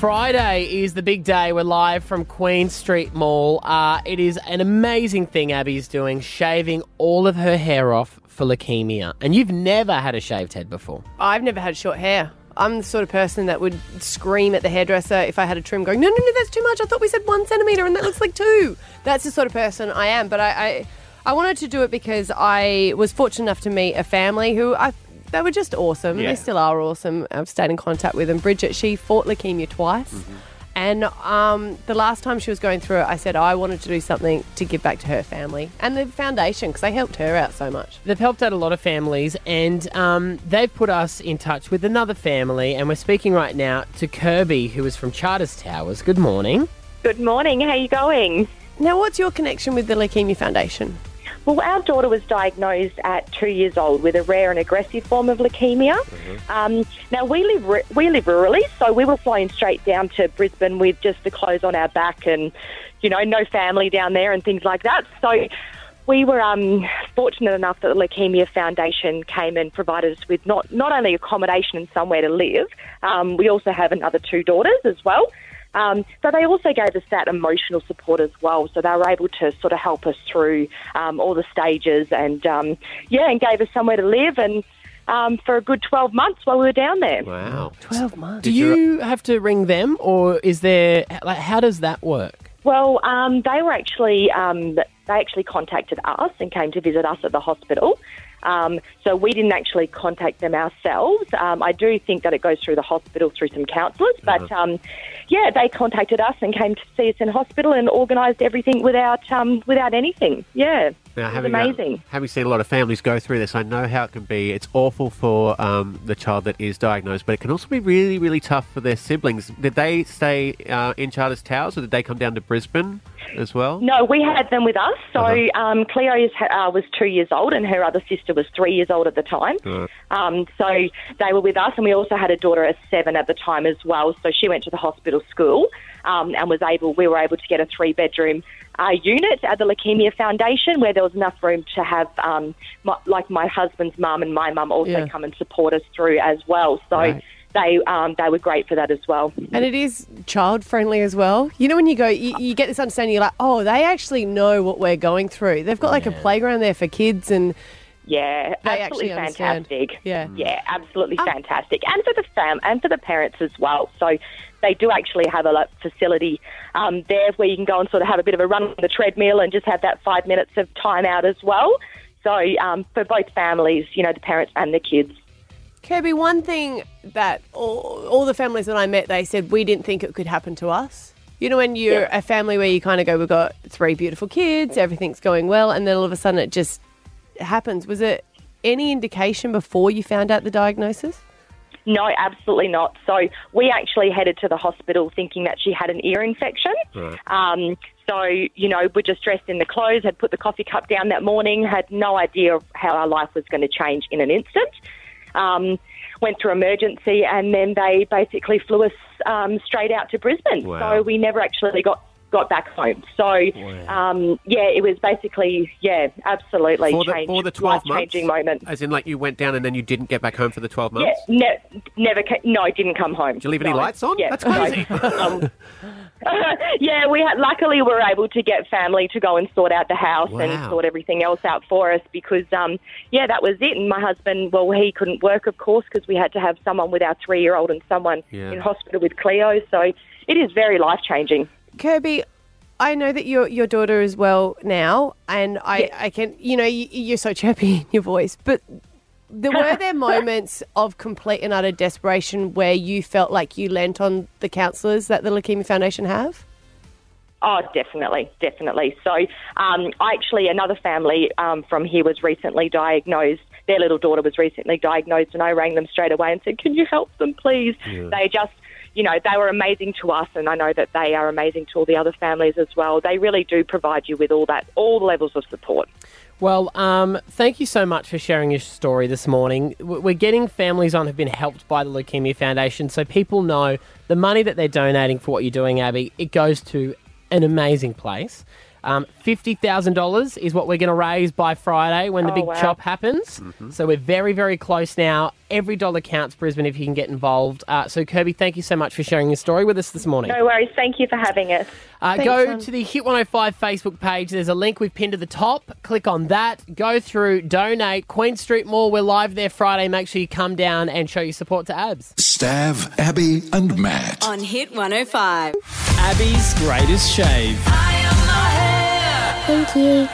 [SPEAKER 1] Friday is the big day. We're live from Queen Street Mall. Uh, it is an amazing thing Abby's doing, shaving all of her hair off for leukemia. And you've never had a shaved head before.
[SPEAKER 6] I've never had short hair. I'm the sort of person that would scream at the hairdresser if I had a trim going, no, no, no, that's too much. I thought we said one centimetre and that looks like two. That's the sort of person I am. But I, I, I wanted to do it because I was fortunate enough to meet a family who I, they were just awesome.
[SPEAKER 7] Yeah.
[SPEAKER 6] They still are awesome. I've stayed in contact with them. Bridget, she fought leukemia twice.
[SPEAKER 1] Hmm.
[SPEAKER 6] And um, the last time she was going through it, I said I wanted to do something to give back to her family and the foundation because they helped her out so much.
[SPEAKER 1] They've helped out a lot of families, and um, they've put us in touch with another family. And we're speaking right now to Kirby, who is from Charters Towers. Good morning.
[SPEAKER 6] Good morning. How are you going? Now, what's your connection with the Leukemia Foundation?
[SPEAKER 7] Well, our daughter was diagnosed at two years old with a rare and aggressive form of leukemia.
[SPEAKER 16] Uh,
[SPEAKER 7] Um, now we live ru- we live rurally, so we were flying straight down to Brisbane with just the clothes on our back and you know no family down there and things like that. So we were um, fortunate enough that the Leukemia Foundation came and provided us with not not only accommodation and somewhere to live. Um, we also have another two daughters as well. Um, so they also gave us that emotional support as well. So they were able to sort of help us through um, all the stages and um, yeah, and gave us somewhere to live and um, for a good twelve months while we were down there.
[SPEAKER 2] Wow.
[SPEAKER 6] 12 months.
[SPEAKER 1] Do you have to ring them, or is there, like, how does that work?
[SPEAKER 7] Well, um, they were actually um, they actually contacted us and came to visit us at the hospital. Um, so we didn't actually contact them ourselves. Um, I do think that it goes through the hospital through some counsellors, but
[SPEAKER 8] Uh-huh.
[SPEAKER 7] um, yeah, they contacted us and came to see us in hospital and organised everything without um, without anything. Yeah,
[SPEAKER 2] Now,
[SPEAKER 7] it was
[SPEAKER 2] having, uh,
[SPEAKER 7] amazing.
[SPEAKER 2] having seen a lot of families go through this, I know how it can be. It's awful for um, the child that is diagnosed, but it can also be really, really tough for their siblings. Did they stay uh, in Charters Towers or did they come down to Brisbane as well?
[SPEAKER 7] No, we had them with us. So
[SPEAKER 2] Uh-huh.
[SPEAKER 7] um, Cleo is, uh, was two years old, and her other sister was three years old at the time.
[SPEAKER 2] Right.
[SPEAKER 7] Um, so they were with us, and we also had a daughter of seven at the time as well. So she went to the hospital school um, and was able. We were able to get a three bedroom uh, unit at the Leukemia Foundation, where there was enough room to have um, my, like my husband's mum and my mum also
[SPEAKER 6] Yeah.
[SPEAKER 7] come and support us through as well. So. They, um, they were great for that as well.
[SPEAKER 6] And it is child friendly as well. You know, when you go, you, you get this understanding, you're like, oh, they actually know what we're going through. They've got like a playground there for kids and.
[SPEAKER 7] Yeah,
[SPEAKER 6] They
[SPEAKER 7] absolutely
[SPEAKER 6] actually understand.
[SPEAKER 7] fantastic.
[SPEAKER 6] Yeah, Oh.
[SPEAKER 7] yeah, absolutely fantastic, and for the fam and for the parents as well. So they do actually have a like, facility um, there where you can go and sort of have a bit of a run on the treadmill and just have that five minutes of time out as well. So um, for both families, you know, the parents and the kids.
[SPEAKER 6] Kirby, one thing that all, all the families that I met, they said we didn't think it could happen to us. You know, when you're a family where you kind of go, we've got three beautiful kids, everything's going well, and then all of a sudden it just happens. Was it any indication before you found out the diagnosis?
[SPEAKER 7] No, absolutely not. So we actually headed to the hospital thinking that she had an ear infection. Um, so, you know, we're just dressed in the clothes, had put the coffee cup down that morning, had no idea of how our life was going to change in an instant. Um, went through emergency and then they basically flew us um, straight out to Brisbane.
[SPEAKER 2] Wow.
[SPEAKER 7] So we never actually got, got back home. So, um, yeah, it was basically, yeah, absolutely
[SPEAKER 2] for, the,
[SPEAKER 7] changed-
[SPEAKER 2] for the 12 months?
[SPEAKER 7] life-changing moment.
[SPEAKER 2] As in, like, you went down and then you didn't get back home for the 12 months?
[SPEAKER 7] Yeah, ne- never. Ca- no, I didn't come home. Did
[SPEAKER 2] you leave any lights on?
[SPEAKER 7] Yeah, that's crazy. um, yeah, we had, luckily we were able to get family to go and sort out the house
[SPEAKER 2] Wow.
[SPEAKER 7] and sort everything else out for us because, um, yeah, that was it. And my husband, well, he couldn't work, of course, because we had to have someone with our three-year-old and someone
[SPEAKER 6] Yeah.
[SPEAKER 7] in hospital with Cleo. So it is very life-changing.
[SPEAKER 6] Kirby, I know that your your daughter is well now, and I I can you know you, you're so chirpy in your voice, but there were there moments of complete and utter desperation where you felt like you lent on the counsellors that the Leukemia Foundation have.
[SPEAKER 7] Oh, definitely, definitely. So, um, I actually, another family um, from here was recently diagnosed. Their little daughter was recently diagnosed, and I rang them straight away and said, "Can you help them, please?"
[SPEAKER 8] Yeah.
[SPEAKER 7] They just, you know, they were amazing to us, and I know that they are amazing to all the other families as well. They really do provide you with all that, all levels of support.
[SPEAKER 1] Well, um, thank you so much for sharing your story this morning. W- We're getting families on who've been helped by the Leukemia Foundation, so people know the money that they're donating for what you're doing, Abby. It goes to an amazing place. Um, Fifty thousand dollars is what we're going to raise by Friday when the
[SPEAKER 9] Oh,
[SPEAKER 1] big
[SPEAKER 9] wow. Mm-hmm.
[SPEAKER 1] chop happens. So we're very, very close now. Every dollar counts, Brisbane, if you can get involved. Uh, so Kirby, thank you so much for sharing your story with us this morning.
[SPEAKER 7] No worries. Thank you for having us.
[SPEAKER 1] Uh, go to the Hit 105 Facebook page. There's a link we've pinned to the top. Click on that. Go through, donate. Queen Street Mall, we're live there Friday. Make sure you come down and show your support to ABS.
[SPEAKER 4] Stav, Abby, and Matt.
[SPEAKER 5] On Hit 105.
[SPEAKER 13] Abby's greatest shave.
[SPEAKER 1] Thank you.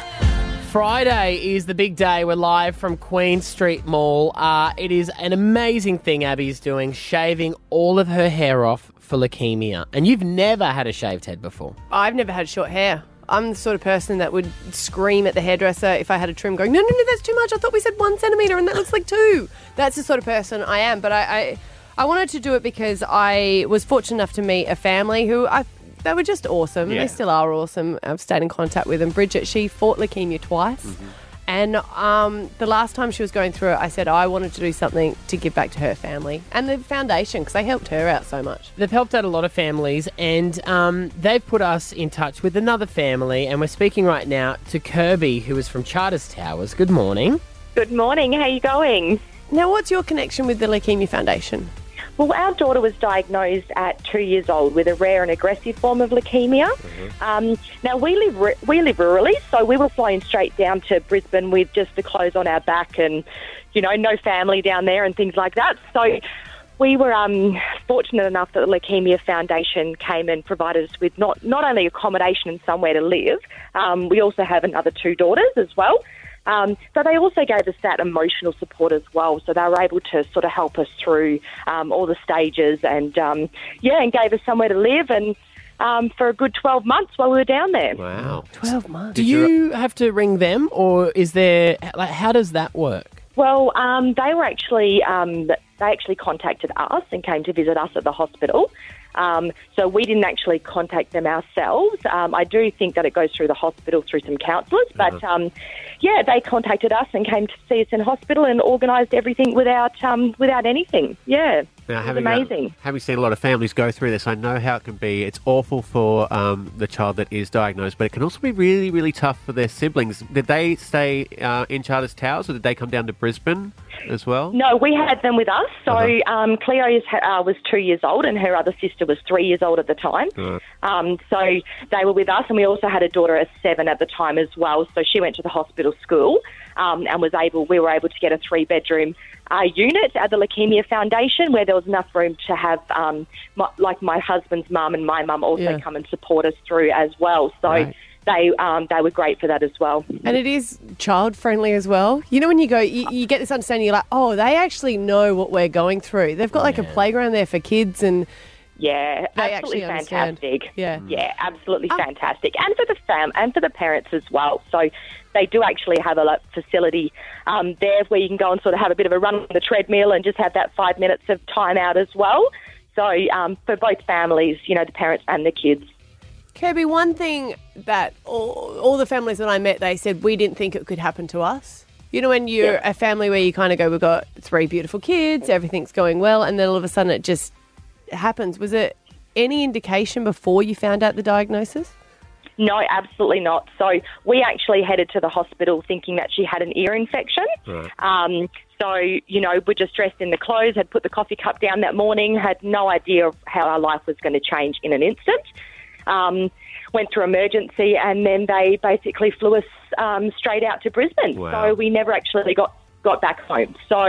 [SPEAKER 1] Friday is the big day. We're live from Queen Street Mall. Uh, it is an amazing thing Abby's doing, shaving all of her hair off for leukemia. And you've never had a shaved head before.
[SPEAKER 6] I've never had short hair. I'm the sort of person that would scream at the hairdresser if I had a trim going, no, no, no, that's too much. I thought we said one centimetre and that looks like two. That's the sort of person I am. But I, I, I wanted to do it because I was fortunate enough to meet a family who I, they were just awesome.
[SPEAKER 23] Yeah.
[SPEAKER 6] They still are awesome. I've stayed in contact with them. Bridget, she fought leukemia twice.
[SPEAKER 1] Mm.
[SPEAKER 6] And um, the last time she was going through it, I said I wanted to do something to give back to her family and the foundation because they helped her out so much.
[SPEAKER 1] They've helped out a lot of families, and um, they've put us in touch with another family. And we're speaking right now to Kirby, who is from Charters Towers. Good morning.
[SPEAKER 7] Good morning. How are you going?
[SPEAKER 6] Now, what's your connection with the Leukemia Foundation?
[SPEAKER 7] Well, our daughter was diagnosed at two years old with a rare and aggressive form of leukemia. Um, now we live ru- we live rurally, so we were flying straight down to Brisbane with just the clothes on our back and you know no family down there and things like that. So we were um, fortunate enough that the Leukemia Foundation came and provided us with not not only accommodation and somewhere to live. Um, we also have another two daughters as well. Um, so they also gave us that emotional support as well. So they were able to sort of help us through um, all the stages and um, yeah, and gave us somewhere to live and um, for a good twelve months while we were down there.
[SPEAKER 2] Wow.
[SPEAKER 1] 12 months. Do you have to ring them, or is there, like, how does that work?
[SPEAKER 7] Well, um, they were actually um, they actually contacted us and came to visit us at the hospital. Um, so we didn't actually contact them ourselves. Um, I do think that it goes through the hospital through some counsellors, but
[SPEAKER 24] Mhm.
[SPEAKER 7] um, yeah, they contacted us and came to see us in hospital and organised everything without um, without anything. Yeah,
[SPEAKER 2] Now,
[SPEAKER 7] it was
[SPEAKER 2] having, uh,
[SPEAKER 7] amazing.
[SPEAKER 2] having seen a lot of families go through this, I know how it can be. It's awful for um, the child that is diagnosed, but it can also be really, really tough for their siblings. Did they stay uh, in Charters Towers or did they come down to Brisbane as well?
[SPEAKER 7] No, we had them with us. So
[SPEAKER 2] Uh-huh.
[SPEAKER 7] um, Cleo is, uh, was two years old, and her other sister was three years old at the time. Um, so they were with us, and we also had a daughter at seven at the time as well. So she went to the hospital school um, and was able. We were able to get a three bedroom uh, unit at the Leukemia Foundation, where there was enough room to have um, my, like my husband's mum and my mum also
[SPEAKER 6] Yeah.
[SPEAKER 7] come and support us through as well. So. They um, they were great for that as well.
[SPEAKER 6] And it is child friendly as well. You know, when you go, you, you get this understanding, you're like, oh, they actually know what we're going through. They've got like a playground there for kids and.
[SPEAKER 7] Yeah,
[SPEAKER 6] They
[SPEAKER 7] absolutely
[SPEAKER 6] actually understand.
[SPEAKER 7] fantastic.
[SPEAKER 6] Yeah. Oh.
[SPEAKER 7] yeah, absolutely fantastic, and for the fam and for the parents as well. So they do actually have a like, facility um, there where you can go and sort of have a bit of a run on the treadmill and just have that five minutes of time out as well. So um, for both families, you know, the parents and the kids.
[SPEAKER 6] Kirby, one thing that all, all the families that I met, they said we didn't think it could happen to us. You know, when you're a family where you kind of go, we've got three beautiful kids, everything's going well, and then all of a sudden it just happens. Was it any indication before you found out the diagnosis?
[SPEAKER 7] No, absolutely not. So we actually headed to the hospital thinking that she had an ear infection. Um, so, you know, we're just dressed in the clothes, had put the coffee cup down that morning, had no idea of how our life was going to change in an instant. Um, went through emergency and then they basically flew us um, straight out to Brisbane.
[SPEAKER 8] Wow.
[SPEAKER 7] So we never actually got, got back home. So,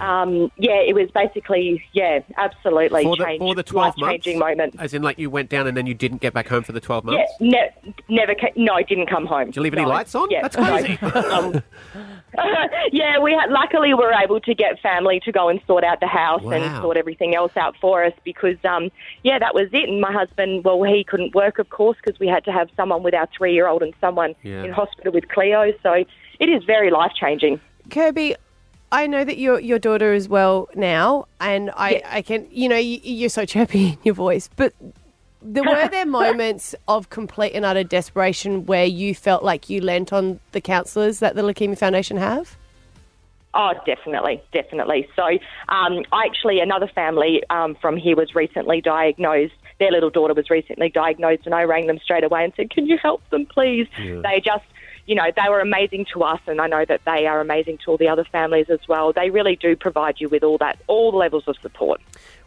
[SPEAKER 7] um, yeah, it was basically, yeah, absolutely
[SPEAKER 2] for the,
[SPEAKER 7] changed-
[SPEAKER 2] for the 12 months?
[SPEAKER 7] life-changing moment.
[SPEAKER 2] As in, like, you went down and then you didn't get back home for the 12 months?
[SPEAKER 7] Yeah, ne- never. Ca- no, I didn't come home. Did
[SPEAKER 2] you leave any lights on?
[SPEAKER 7] Yeah, That's crazy. um, yeah, we had, luckily we were able to get family to go and sort out the house
[SPEAKER 2] Wow.
[SPEAKER 7] and sort everything else out for us because, um, yeah, that was it. And my husband, well, he couldn't work, of course, because we had to have someone with our three-year-old and someone
[SPEAKER 6] Yeah.
[SPEAKER 7] in hospital with Cleo. So it is very life-changing.
[SPEAKER 6] Kirby, I know that your your daughter is well now, and I I can you know you, you're so chirpy in your voice, but there were there moments of complete and utter desperation where you felt like you lent on the counsellors that the Leukemia Foundation have.
[SPEAKER 7] Oh, definitely, definitely. So, um, I actually, another family um, from here was recently diagnosed. Their little daughter was recently diagnosed, and I rang them straight away and said, "Can you help them, please?"
[SPEAKER 9] Yeah.
[SPEAKER 7] They just, you know, they were amazing to us, and I know that they are amazing to all the other families as well. They really do provide you with all that, all levels of support.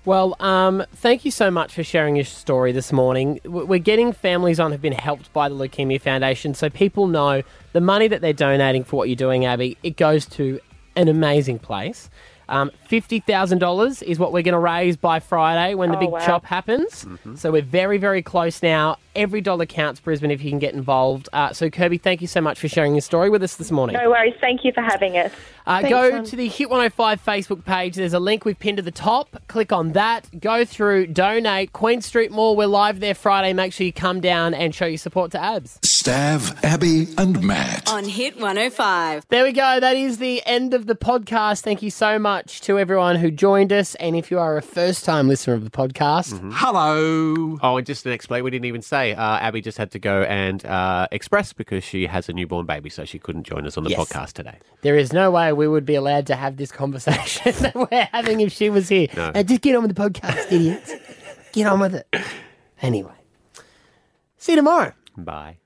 [SPEAKER 1] Well, um, thank you so much for sharing your story this morning. W- We're getting families on who've been helped by the Leukemia Foundation, so people know the money that they're donating for what you're doing, Abby, it goes to an amazing place. Um, $50,000 is what we're going to raise by Friday when the
[SPEAKER 7] Oh,
[SPEAKER 1] big
[SPEAKER 7] wow.
[SPEAKER 1] chop happens. So we're very, very close now. Every dollar counts, Brisbane, if you can get involved. Uh, so, Kirby, thank you so much for sharing your story with us this morning.
[SPEAKER 7] No worries. Thank you for having us.
[SPEAKER 1] Uh, go to the Hit 105 Facebook page. There's a link we've pinned to the top. Click on that. Go through, donate. Queen Street Mall, we're live there Friday. Make sure you come down and show your support to ABS.
[SPEAKER 4] Stav, Abby, and Matt.
[SPEAKER 5] On Hit 105.
[SPEAKER 1] There we go. That is the end of the podcast. Thank you so much to everyone who joined us. And if you are a first time listener of the podcast,
[SPEAKER 2] Mm-hmm. Hello. Oh, and just an explain, we didn't even say. Uh, Abby just had to go and uh, express because she has a newborn baby, so she couldn't join us on the
[SPEAKER 1] Yes.
[SPEAKER 2] podcast today.
[SPEAKER 1] there is no way we would be allowed to have this conversation that we're having if she was here.
[SPEAKER 2] No.
[SPEAKER 1] Now, just get on with the podcast, idiots. Get on with it. Anyway, see you tomorrow.
[SPEAKER 2] Bye.